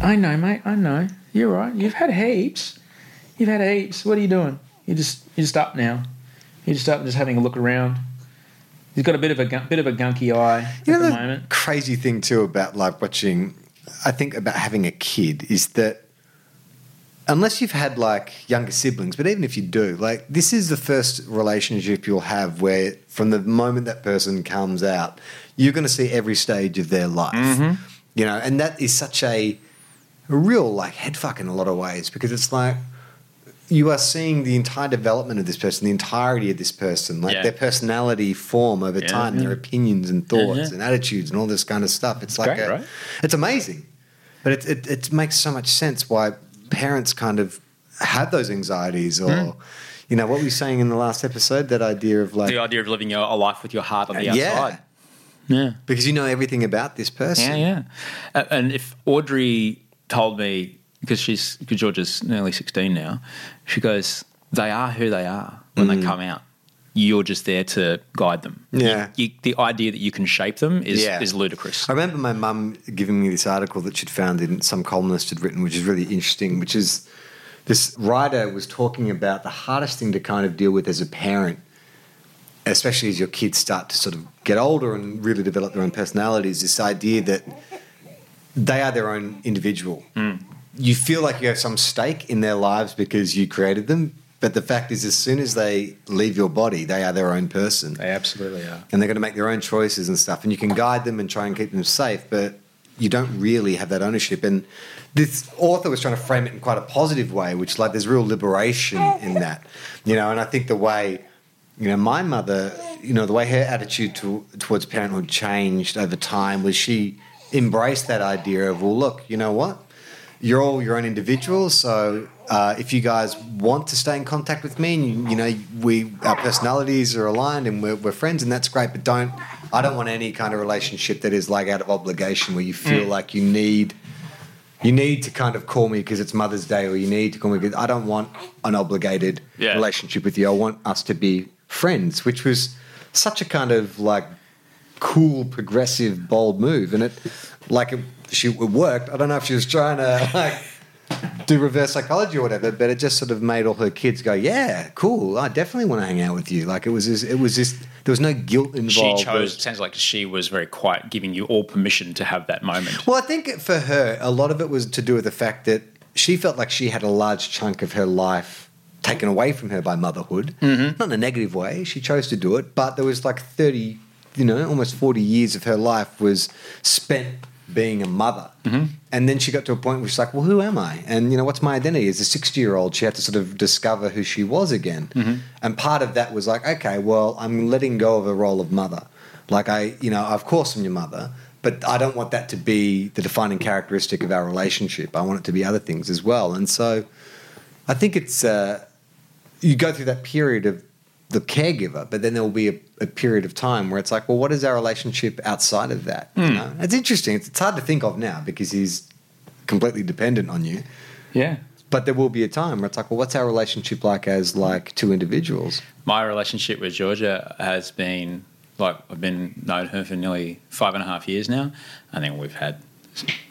[SPEAKER 2] I know, mate. I know. You're right. You've had heaps. You've had heaps. What are you doing? You're just you're just up now. You're just up and just having a look around. You've got a bit of a gun- bit of a gunky eye
[SPEAKER 1] You know
[SPEAKER 2] at the
[SPEAKER 1] the
[SPEAKER 2] moment.
[SPEAKER 1] crazy thing too about like watching, I think about having a kid is that unless you've had like younger siblings, but even if you do, like this is the first relationship you'll have where from the moment that person comes out, you're going to see every stage of their life.
[SPEAKER 2] Mm-hmm.
[SPEAKER 1] You know, and that is such a a real like head fuck in a lot of ways because it's like you are seeing the entire development of this person, the entirety of this person, like
[SPEAKER 2] Yeah.
[SPEAKER 1] their personality form over
[SPEAKER 2] Yeah,
[SPEAKER 1] time,
[SPEAKER 2] yeah.
[SPEAKER 1] their opinions and thoughts
[SPEAKER 2] Yeah, yeah.
[SPEAKER 1] and attitudes and all this kind of stuff. It's like
[SPEAKER 2] great,
[SPEAKER 1] a-
[SPEAKER 2] right?
[SPEAKER 1] it's amazing, but it, it it makes so much sense why parents kind of had those anxieties or. You know what were you saying in the last episode? That idea of like,
[SPEAKER 2] Hmm. The idea of living your, a life with your heart on the outside.
[SPEAKER 1] yeah,
[SPEAKER 2] yeah.
[SPEAKER 1] because you know everything about this person.
[SPEAKER 2] Yeah, yeah. Uh, and if Audrey told me, because she's because Georgia's nearly sixteen now, she goes, "They are who they are when
[SPEAKER 1] Mm.
[SPEAKER 2] they come out. You're just there to guide them.
[SPEAKER 1] Yeah.
[SPEAKER 2] You, you- the idea that you can shape them is
[SPEAKER 1] Yeah.
[SPEAKER 2] is ludicrous.
[SPEAKER 1] I remember my mum giving me this article that she'd found in some columnist had written, which is really interesting, which is this writer was talking about the hardest thing to kind of deal with as a parent, especially as your kids start to sort of get older and really develop their own personalities, this idea that they are their own individual. You feel like you have some stake in their lives because you created them. But the fact is, as soon as they leave your body, they are their own person
[SPEAKER 2] absolutely are.
[SPEAKER 1] and they're going to make their own choices and stuff. And you can guide them and try and keep them safe, but you don't really have that ownership. And this author was trying to frame it in quite a positive way, which like there's real liberation in that, you know. And I think the way, you know, my mother, you know, the way her attitude to, towards parenthood changed over time was she embraced that idea of, well, look, you know what, you're all your own individuals, so. Uh, if you guys want to stay in contact with me, and you, you know we our personalities are aligned and we're, we're friends, and that's great. But don't I don't want any kind of relationship that is like out of obligation where you feel like you need you need to kind of call me because it's Mother's Day or you need to call me because I don't want an obligated
[SPEAKER 3] Yeah.
[SPEAKER 1] relationship with you. I want us to be friends, which was such a kind of like cool, progressive, bold move. And it like it, she it worked. I don't know if she was trying to [LAUGHS] like do reverse psychology or whatever, but it just sort of made all her kids go, "Yeah, cool. I definitely want to hang out with you." Like it was, just, it was just there was no guilt
[SPEAKER 2] She
[SPEAKER 1] involved.
[SPEAKER 2] chose. Sounds like she was very quiet, giving you all permission to have that moment.
[SPEAKER 1] Well, I think for her, a lot of it was to do with the fact that she felt like she had a large chunk of her life taken away from her by motherhood. Not in a negative way. She chose to do it, but there was like 30, you know, almost 40 years of her life was spent being a mother. And then she got to a point where she's like, well, who am I? And, you know, what's my identity? As a 60 year old, she had to sort of discover who she was again. And part of that was like, okay, well, I'm letting go of a role of mother. Like I, you know, of course I'm your mother, but I don't want that to be the defining characteristic of our relationship. I want it to be other things as well. And so I think it's uh, you go through that period of the caregiver, but then there will be a, a period of time where it's like, well, what is our relationship outside of that? You know? It's interesting. It's, it's hard to think of now because he's completely dependent on you.
[SPEAKER 2] Yeah.
[SPEAKER 1] But there will be a time where it's like, well, what's our relationship like as like two individuals?
[SPEAKER 2] My relationship with Georgia has been like I've been known her for nearly five and a half years now. I think we've had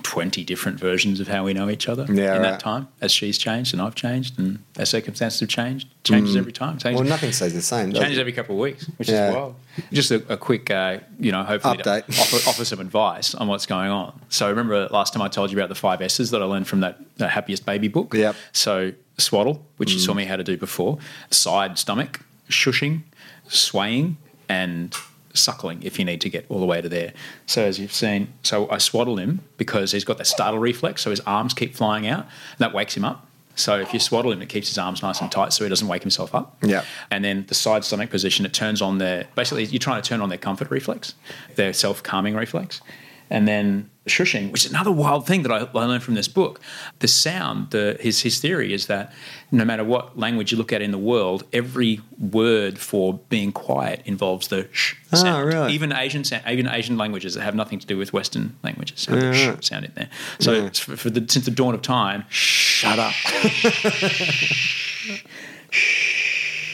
[SPEAKER 2] twenty different versions of how we know each other
[SPEAKER 1] Yeah,
[SPEAKER 2] in
[SPEAKER 1] right.
[SPEAKER 2] that time, as she's changed and I've changed and our circumstances have changed.
[SPEAKER 1] Mm.
[SPEAKER 2] Changes every time. Changes.
[SPEAKER 1] Well, nothing stays the same. does
[SPEAKER 2] Changes
[SPEAKER 1] it?
[SPEAKER 2] every couple of weeks, which
[SPEAKER 1] Yeah.
[SPEAKER 2] is wild. Just a, a quick, uh, you know, hopefully to
[SPEAKER 1] Update.
[SPEAKER 2] offer, offer some advice on what's going on. So remember last time I told you about the five S's that I learned from that, that Happiest Baby book.
[SPEAKER 1] Yep. Mm.
[SPEAKER 2] So swaddle, which you saw me how to do before, side stomach, shushing, swaying, and suckling if you need to get all the way to there. So as you've seen, so I swaddle him because he's got that startle reflex, so his arms keep flying out, and that wakes him up. So if you swaddle him, it keeps his arms nice and tight so he doesn't wake himself up.
[SPEAKER 1] Yeah.
[SPEAKER 2] And then the side stomach position, it turns on their basically you're trying to turn on their comfort reflex, their self calming reflex. And then shushing, which is another wild thing that I, I learned from this book. The sound, the, his, his theory is that no matter what language you look at in the world, every word for being quiet involves the sh
[SPEAKER 1] Ah,
[SPEAKER 2] sound.
[SPEAKER 1] really?
[SPEAKER 2] Even Asian, sa- even Asian languages that have nothing to do with Western languages have the
[SPEAKER 1] Yeah.
[SPEAKER 2] sh sound in there. So it's for, for the, since the dawn of time,
[SPEAKER 1] Shut up.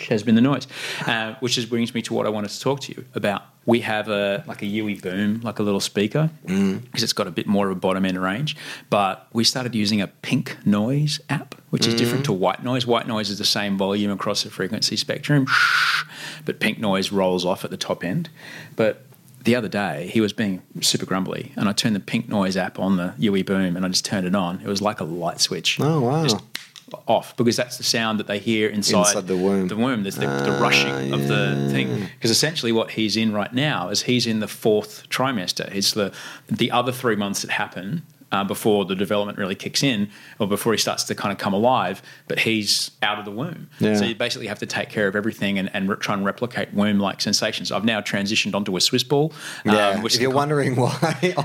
[SPEAKER 2] has been the noise, uh, which just brings me to what I wanted to talk to you about. We have a like a Yui boom, like a little speaker, because
[SPEAKER 1] Mm.
[SPEAKER 2] it's got a bit more of a bottom end range. But we started using a pink noise app, which is different
[SPEAKER 1] Mm.
[SPEAKER 2] to white noise. White noise is the same volume across the frequency spectrum, [LAUGHS] but pink noise rolls off at the top end. But the other day, he was being super grumbly, and I turned the pink noise app on the Yui boom, and I just turned it on. It was like a light switch.
[SPEAKER 1] Oh, wow.
[SPEAKER 2] Just off because that's the sound that they hear inside,
[SPEAKER 1] Inside the womb.
[SPEAKER 2] The womb. There's the,
[SPEAKER 1] Ah,
[SPEAKER 2] the rushing of the thing. Because essentially, what he's in right now is he's in the fourth trimester. It's the the other three months that happen uh, before the development really kicks in, or before he starts to kind of come alive. But he's out of the womb,
[SPEAKER 1] Yeah.
[SPEAKER 2] so you basically have to take care of everything and, and re- try and replicate womb-like sensations. I've now transitioned onto a Swiss ball, um,
[SPEAKER 1] Yeah,
[SPEAKER 2] which
[SPEAKER 1] if
[SPEAKER 2] is
[SPEAKER 1] you're
[SPEAKER 2] a
[SPEAKER 1] wondering [LAUGHS] why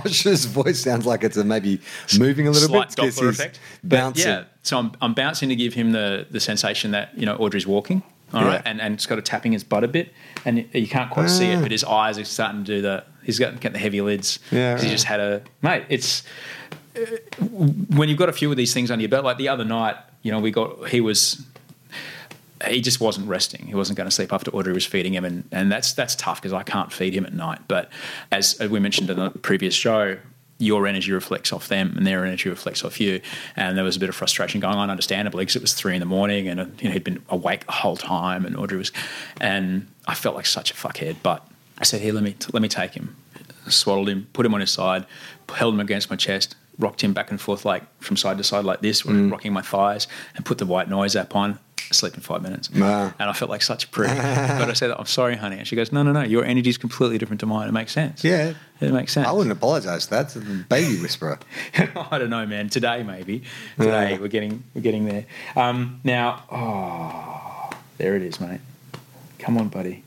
[SPEAKER 1] Osha's voice sounds like it's a maybe moving a little
[SPEAKER 2] slight
[SPEAKER 1] bit, 'cause
[SPEAKER 2] Doppler
[SPEAKER 1] he's
[SPEAKER 2] effect.
[SPEAKER 1] bouncing.
[SPEAKER 2] Yeah, so I'm, I'm bouncing to give him the the sensation that you know Audrey's walking. all right,
[SPEAKER 1] Yeah.
[SPEAKER 2] and and it's got a tapping his butt a bit, and you- you can't quite see it,
[SPEAKER 1] Ah.
[SPEAKER 2] but his eyes are starting to do the. He's got, got the heavy lids.
[SPEAKER 1] Yeah,
[SPEAKER 2] 'cause
[SPEAKER 1] right.
[SPEAKER 2] he just had a mate. It's uh, when you've got a few of these things under your belt. Like the other night, you know, we got he was. He just wasn't resting. He wasn't going to sleep after Audrey was feeding him, and, and that's that's tough because I can't feed him at night. But as we mentioned in the previous show, your energy reflects off them, and their energy reflects off you. And there was a bit of frustration going on, understandably, because it was three in the morning, and uh, you know he'd been awake the whole time, and Audrey was, and I felt like such a fuckhead. But I said, "Here, let me let me take him." swaddled him, put him on his side, held him against my chest,
[SPEAKER 1] Mm.
[SPEAKER 2] rocked him back and forth like from side to side like this, rocking my thighs, and put the white noise app on. asleep in five minutes.
[SPEAKER 1] Wow.
[SPEAKER 2] And I felt like such a
[SPEAKER 1] [LAUGHS]
[SPEAKER 2] prick. but I said, I'm sorry, honey. And she goes, No, no, no. Your energy is completely different to mine. It makes sense.
[SPEAKER 1] Yeah.
[SPEAKER 2] It makes sense.
[SPEAKER 1] I wouldn't apologize. That's a baby whisperer.
[SPEAKER 2] [LAUGHS] I don't know, man. Today maybe. Today we're getting we're getting there. Um, now, oh, there it is, mate. Come on, buddy.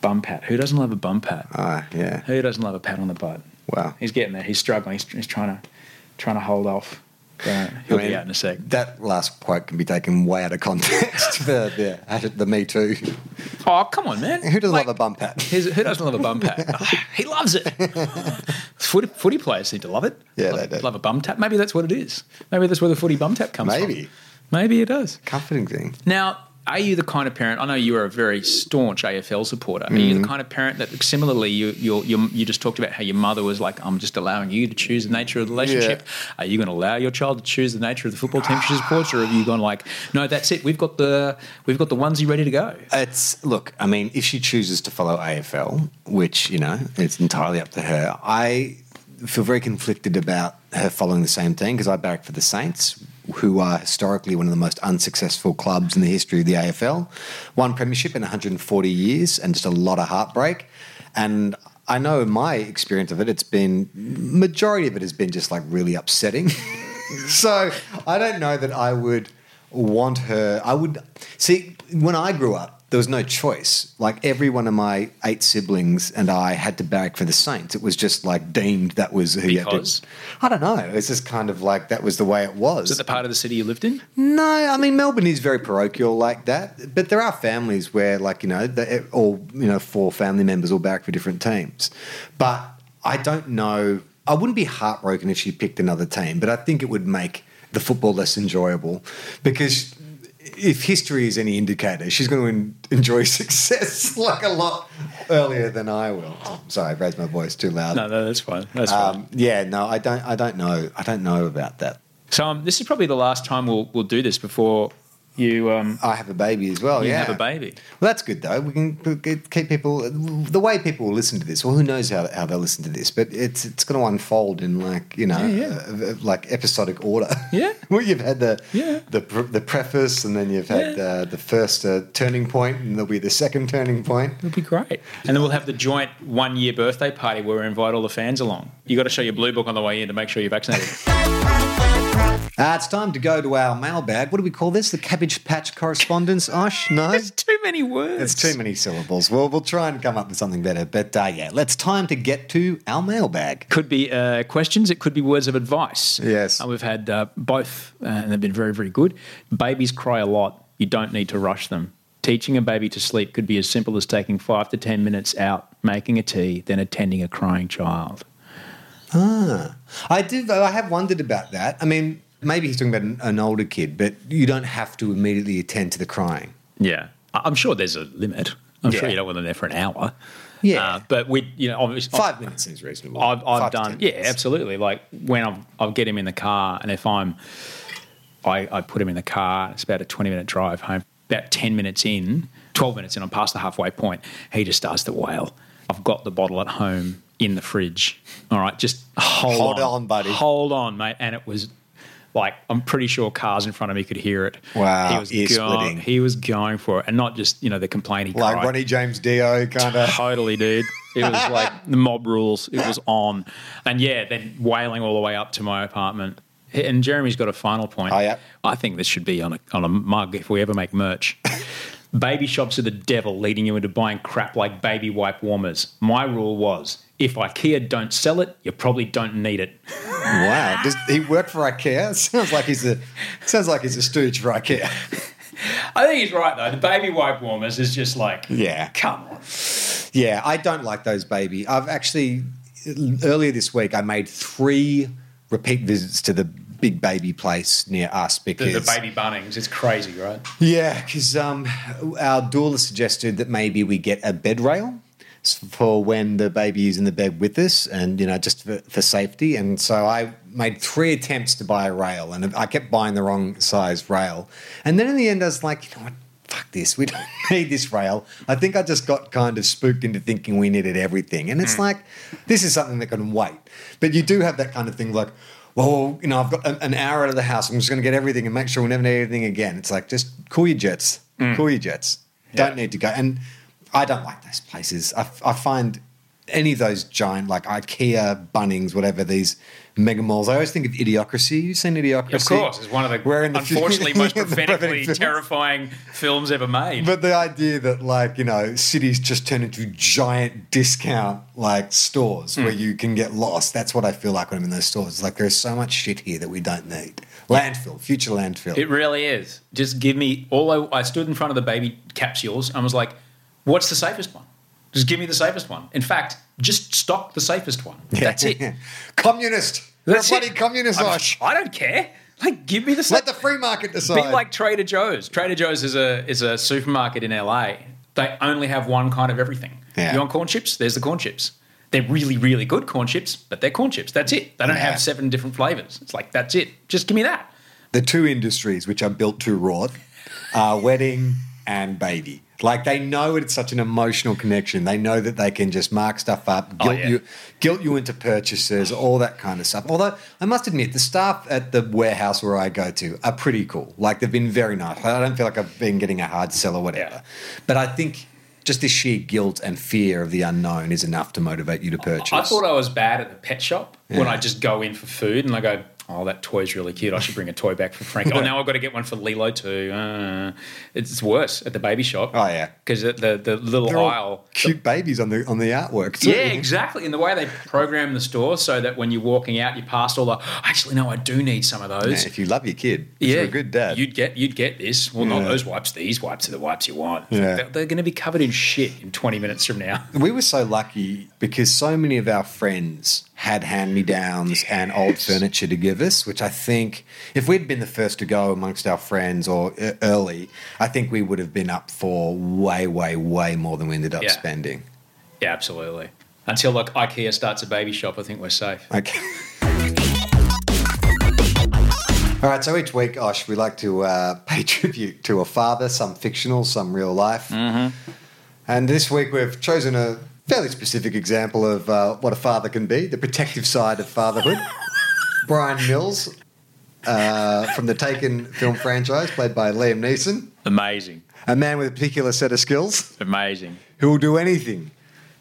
[SPEAKER 2] Bum pat. Who doesn't love a bum pat?
[SPEAKER 1] Ah, yeah.
[SPEAKER 2] Who doesn't love a pat on the butt?
[SPEAKER 1] Wow.
[SPEAKER 2] He's getting there. He's struggling. He's, he's trying to trying to hold off. But he'll
[SPEAKER 1] I mean,
[SPEAKER 2] be out in a sec.
[SPEAKER 1] That last quote can be taken way out of context. [LAUGHS] the, the, added the Me Too.
[SPEAKER 2] Oh, come on, man.
[SPEAKER 1] Who doesn't
[SPEAKER 2] Like,
[SPEAKER 1] love a bum pat?
[SPEAKER 2] here's- who doesn't love a
[SPEAKER 1] [LAUGHS]
[SPEAKER 2] bum pat? he loves it. footy, footy players seem to love it.
[SPEAKER 1] Yeah,
[SPEAKER 2] love,
[SPEAKER 1] they do.
[SPEAKER 2] love a bum tap. Maybe that's what it is. Maybe that's where the footy bum tap comes from.
[SPEAKER 1] Maybe.
[SPEAKER 2] Maybe it does.
[SPEAKER 1] Comforting thing.
[SPEAKER 2] Now, are you the kind of parent? I know you are a very staunch AFL supporter. Are you the kind of parent that, similarly, you you you you just talked about how your mother was like, "I'm just allowing you to choose the nature of the relationship." Are you going to allow your child to choose the nature of the football team she supports, or have you gone like, "No, that's it. We've got the we've got the onesie ready to go."
[SPEAKER 1] It's look. I mean, if she chooses to follow AFL, which you know, it's entirely up to her. I feel very conflicted about her following the same thing because I back for the Saints, who are historically one of the most unsuccessful clubs in the history of the AFL. One premiership in 140 years, and just a lot of heartbreak. And I know in my experience of it, it's been majority of it has been just like really upsetting. [LAUGHS] so I don't know that I would want her. I would see when I grew up, there was no choice. Like every one of my eight siblings and I had to barrack for the Saints. It was just like deemed that was who you had
[SPEAKER 2] Because?
[SPEAKER 1] to. I don't know. It's just kind of like that was the way it was.
[SPEAKER 2] Is it the part of the city you lived in?
[SPEAKER 1] No, I mean Melbourne is very parochial like that, but there are families where, like you know, the, eh, all you know, four family members all back for different teams. But I don't know. I wouldn't be heartbroken if she picked another team, but I think it would make the football less enjoyable because if history is any indicator, she's going to en- enjoy [LAUGHS] success like a lot earlier than I will. Sorry, I've raised my voice too loud.
[SPEAKER 2] No, no, that's fine. That's fine.
[SPEAKER 1] Um, yeah, no, I don't. I don't know. I don't know about that.
[SPEAKER 2] So um, this is probably the last time we'll we'll do this before you um
[SPEAKER 1] I have a baby as well.
[SPEAKER 2] you
[SPEAKER 1] yeah,
[SPEAKER 2] have a baby.
[SPEAKER 1] Well, that's good though. We can p- p- keep people the way people will listen to this. Well, who knows how, how they'll listen to this? But it's it's going to unfold in like you know
[SPEAKER 2] Yeah, yeah.
[SPEAKER 1] uh, uh, like episodic order.
[SPEAKER 2] Yeah.
[SPEAKER 1] [LAUGHS] well, you've had the
[SPEAKER 2] Yeah.
[SPEAKER 1] the pr- the preface, and then you've had
[SPEAKER 2] Yeah.
[SPEAKER 1] uh, the first uh, turning point, and there'll be the second turning point.
[SPEAKER 2] It'll be great. And then we'll have the joint one year birthday party where we invite all the fans along. You got to show your blue book on the way in to make sure you're vaccinated.
[SPEAKER 1] Uh, it's time to go to our mailbag. What do we call this? The cabbage patch correspondence? Osh, no.
[SPEAKER 2] [LAUGHS] [LAUGHS] There's too many words.
[SPEAKER 1] It's too many syllables. Well, we'll try and come up with something better. But uh, yeah, let's time to get to our mailbag.
[SPEAKER 2] Could be uh, questions. It could be words of advice.
[SPEAKER 1] Yes.
[SPEAKER 2] And we've had uh, both, uh, and they've been very, very good. Babies cry a lot. You don't need to rush them. Teaching a baby to sleep could be as simple as taking five to 10 minutes out, making a tea, then attending a crying child.
[SPEAKER 1] Ah. I did. I have wondered about that. I mean, maybe he's talking about an, an older kid, but you don't have to immediately attend to the crying.
[SPEAKER 2] Yeah, I- I'm sure there's a limit. I'm
[SPEAKER 1] Yeah.
[SPEAKER 2] sure you don't want them there for an hour.
[SPEAKER 1] Yeah.
[SPEAKER 2] Uh, but we, you know, obviously
[SPEAKER 1] Five minutes seems reasonable.
[SPEAKER 2] I've, I've
[SPEAKER 1] Five to
[SPEAKER 2] done,
[SPEAKER 1] ten
[SPEAKER 2] yeah,
[SPEAKER 1] minutes.
[SPEAKER 2] absolutely. Like when I've, I'll get him in the car, and if I'm, I, I put him in the car. It's about a twenty minute drive home. About ten minutes in, twelve minutes in, I'm past the halfway point. He just starts to wail. I've got the bottle at home in the fridge. All right, just hold,
[SPEAKER 1] Hold on, buddy.
[SPEAKER 2] Hold on, mate. And it was. Like I'm pretty sure cars in front of me could hear it.
[SPEAKER 1] Wow,
[SPEAKER 2] he was
[SPEAKER 1] ear
[SPEAKER 2] going,
[SPEAKER 1] splitting.
[SPEAKER 2] he was going for it, and not just you know the complaint he
[SPEAKER 1] Like
[SPEAKER 2] cried.
[SPEAKER 1] Ronnie James Dio kind of.
[SPEAKER 2] [LAUGHS] Totally, dude. It was
[SPEAKER 1] [LAUGHS]
[SPEAKER 2] like the mob rules. It was on. And yeah, then wailing all the way up to my apartment. And Jeremy's got a final point.
[SPEAKER 1] Oh, yeah.
[SPEAKER 2] I think this should be on a, on a mug if we ever
[SPEAKER 1] [LAUGHS]
[SPEAKER 2] make merch. baby shops are the devil, leading you into buying crap like baby wipe warmers. My rule was if IKEA don't sell it, you probably don't need it.
[SPEAKER 1] [LAUGHS] Wow, does he work for IKEA? [LAUGHS] Sounds like he's a sounds like he's a stooge for IKEA.
[SPEAKER 2] I think he's right, though. The baby wipe warmers is just like,
[SPEAKER 1] Yeah.
[SPEAKER 2] come on.
[SPEAKER 1] Yeah, I don't like those baby. I've actually earlier this week I made three repeat visits to the big baby place near us
[SPEAKER 2] The,
[SPEAKER 1] because
[SPEAKER 2] the baby bunnings, it's crazy, right?
[SPEAKER 1] Yeah, because um, our doula suggested that maybe we get a bed rail s- for when the baby is in the bed with us and, you know, just for, for safety. And so I made three attempts to buy a rail and I kept buying the wrong size rail. And then in the end, I was like, you know what? Fuck this. We [LAUGHS] don't need this rail. I think I just got kind of spooked into thinking
[SPEAKER 2] Hmm.
[SPEAKER 1] we needed everything. And it's like, this is something that can wait. But you do have that kind of thing like, well, you know, I've got an- an hour out of the house. I'm just going to get everything and make sure we never need anything again. It's like, just cool your jets. Cool your jets.
[SPEAKER 2] Hmm. Yeah.
[SPEAKER 1] Don't need to go. And I don't like those places. I, I find any of those giant, like IKEA, Bunnings, whatever, these mega malls. I always think of Idiocracy. You've seen Idiocracy?
[SPEAKER 2] Of course, it's one of the,
[SPEAKER 1] Where in the-
[SPEAKER 2] unfortunately
[SPEAKER 1] [LAUGHS]
[SPEAKER 2] most
[SPEAKER 1] in the prophetic
[SPEAKER 2] prophetically
[SPEAKER 1] films.
[SPEAKER 2] terrifying films ever made.
[SPEAKER 1] But the idea that like you know cities just turn into giant discount like stores
[SPEAKER 2] Hmm.
[SPEAKER 1] where you can get lost. That's what I feel like when I'm in those stores. It's Like there's so much shit here that we don't need. Landfill, future landfill.
[SPEAKER 2] It really is. Just give me all. I, I stood in front of the baby capsules and was like, "What's the safest one? Just give me the safest one." In fact, just stock the safest one.
[SPEAKER 1] [LAUGHS]
[SPEAKER 2] That's it.
[SPEAKER 1] communist.
[SPEAKER 2] That's
[SPEAKER 1] You're a bloody
[SPEAKER 2] it.
[SPEAKER 1] communist.
[SPEAKER 2] I'm-
[SPEAKER 1] Osh.
[SPEAKER 2] I don't care. Like, give me the.
[SPEAKER 1] Let
[SPEAKER 2] sa-
[SPEAKER 1] the free market
[SPEAKER 2] be
[SPEAKER 1] decide.
[SPEAKER 2] like Trader Joe's. Trader Joe's is a is a supermarket in LA. They only have one kind of everything.
[SPEAKER 1] Yeah.
[SPEAKER 2] You want corn chips? There's the corn chips. They're really, really good corn chips, but they're corn chips. That's it. They don't
[SPEAKER 1] Yeah.
[SPEAKER 2] have seven different flavors. It's like that's it. Just give me that.
[SPEAKER 1] the two industries which are built to rot are wedding and baby. Like they know it's such an emotional connection. They know that they can just mark stuff up, guilt
[SPEAKER 2] Oh, yeah.
[SPEAKER 1] you, guilt you into purchases, all that kind of stuff. Although I must admit, the staff at the warehouse where I go to are pretty cool. Like they've been very nice. I don't feel like I've been getting a hard sell or whatever. But I think just the sheer guilt and fear of the unknown is enough to motivate you to purchase.
[SPEAKER 2] I thought I was bad at the pet shop when
[SPEAKER 1] Yeah.
[SPEAKER 2] I just go in for food and I go, oh, that toy's really cute. I should bring a toy back
[SPEAKER 1] [LAUGHS]
[SPEAKER 2] for Frank. oh, now I've got to get one for Lilo too. Uh, it's worse at the baby shop.
[SPEAKER 1] Oh, yeah.
[SPEAKER 2] Because the, the, the little
[SPEAKER 1] They're all
[SPEAKER 2] aisle.
[SPEAKER 1] cute babies on the on the artwork. Too.
[SPEAKER 2] Yeah, exactly. And the way they program the store so that when you're walking out, you pass all the. Actually, no, I do need some of
[SPEAKER 1] Yeah,
[SPEAKER 2] those.
[SPEAKER 1] if you love your kid, if you're a good dad.
[SPEAKER 2] You'd get you'd get this. Well, not
[SPEAKER 1] Yeah.
[SPEAKER 2] those wipes. These wipes are the wipes you want.
[SPEAKER 1] Yeah.
[SPEAKER 2] They're, they're going to be covered in shit in 20 minutes from now. [LAUGHS]
[SPEAKER 1] We were so lucky because so many of our friends had hand me downs and old furniture to give us, which I think if we'd been the first to go amongst our friends or e- early, I think we would have been up for way, way, way more than we ended up
[SPEAKER 2] Yeah.
[SPEAKER 1] spending.
[SPEAKER 2] Yeah, absolutely. Until like IKEA starts a baby shop, I think we're safe.
[SPEAKER 1] Okay. [LAUGHS] All right, so each week, Osh, we like to uh, pay [LAUGHS] tribute to a father, some fictional, some real life. And this week we've chosen a fairly specific example of uh, what a father can be, the protective side of fatherhood. Brian Mills uh, from the Taken film franchise, played by Liam Neeson,
[SPEAKER 2] Amazing,
[SPEAKER 1] a man with a particular set of skills
[SPEAKER 2] amazing.
[SPEAKER 1] who will do anything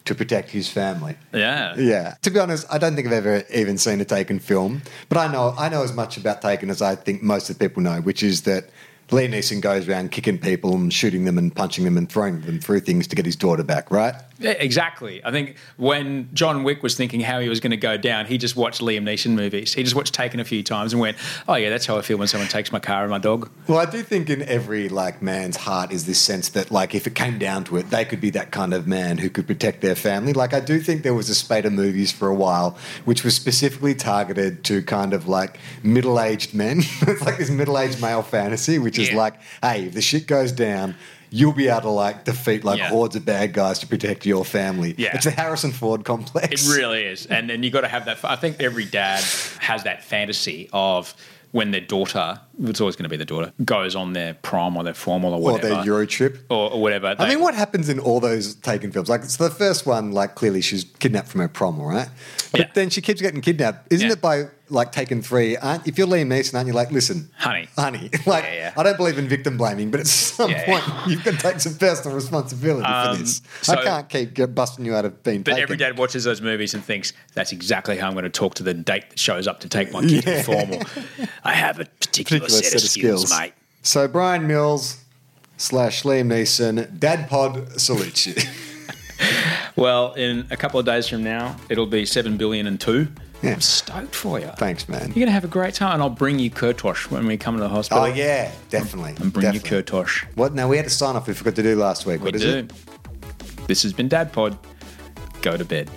[SPEAKER 1] to protect his family.
[SPEAKER 2] [LAUGHS] Yeah,
[SPEAKER 1] Yeah. To be honest, I don't think I've ever even seen a Taken film, but I know I know as much about Taken as I think most of the people know, which is that Liam Neeson goes around kicking people and shooting them and punching them and throwing them through things to get his daughter back, right?
[SPEAKER 2] Yeah, exactly. I think when John Wick was thinking how he was going to go down, he just watched Liam Neeson movies. He just watched Taken a few times and went, "Oh yeah, that's how I feel when someone takes my car and my dog."
[SPEAKER 1] Well, I do think in every like man's heart is this sense that like if it came down to it, they could be that kind of man who could protect their family. Like I do think there was a spate of movies for a while which was specifically targeted to kind of like middle-aged men. [LAUGHS] it's like this middle-aged male fantasy, which is
[SPEAKER 2] Yeah.
[SPEAKER 1] like, hey, if the shit goes down. You'll be able to like defeat like
[SPEAKER 2] Yeah.
[SPEAKER 1] hordes of bad guys to protect your family.
[SPEAKER 2] Yeah.
[SPEAKER 1] It's a Harrison Ford complex.
[SPEAKER 2] It really is. And then you got to have that. I think every dad has that fantasy of when their daughter, it's always going to be the daughter, goes on their prom or their formal or
[SPEAKER 1] or
[SPEAKER 2] whatever,
[SPEAKER 1] their Euro trip.
[SPEAKER 2] or, or whatever.
[SPEAKER 1] I
[SPEAKER 2] they-
[SPEAKER 1] mean, what happens in all those taken films? Like, so the first one, like, clearly she's kidnapped from her prom, all right? But
[SPEAKER 2] Yeah.
[SPEAKER 1] then she keeps getting kidnapped. Isn't
[SPEAKER 2] Yeah.
[SPEAKER 1] it by, like, taken three? Aren't, if you're Liam Neeson, aren't you like, listen,
[SPEAKER 2] Honey.
[SPEAKER 1] honey? [LAUGHS] Like,
[SPEAKER 2] Yeah, yeah.
[SPEAKER 1] I don't believe in victim blaming, but at [LAUGHS] some
[SPEAKER 2] Yeah,
[SPEAKER 1] point, you've got to take some personal responsibility for
[SPEAKER 2] Um,
[SPEAKER 1] this. I
[SPEAKER 2] so-
[SPEAKER 1] can't keep get- busting you out of being
[SPEAKER 2] But
[SPEAKER 1] taken.
[SPEAKER 2] every dad watches those movies and thinks that's exactly how I'm going to talk to the date that shows up to take my kid to the formal. I have a particular,
[SPEAKER 1] Particular
[SPEAKER 2] set, of skills, mate.
[SPEAKER 1] So, Brian Mills slash Liam Neeson, Dad Pod salutes you. [LAUGHS]
[SPEAKER 2] Well, in a couple of days from now, it'll be seven billion and two.
[SPEAKER 1] Yeah.
[SPEAKER 2] I'm stoked for you.
[SPEAKER 1] Thanks, man.
[SPEAKER 2] You're going to have a great time, and I'll bring you Kurtosh when we come to the hospital.
[SPEAKER 1] Oh, yeah, definitely.
[SPEAKER 2] and bring
[SPEAKER 1] definitely.
[SPEAKER 2] you Kurtosh.
[SPEAKER 1] What? Now we had a sign off we forgot to do last week.
[SPEAKER 2] We
[SPEAKER 1] What is
[SPEAKER 2] do.
[SPEAKER 1] it?
[SPEAKER 2] This has been Dad Pod. Go to bed.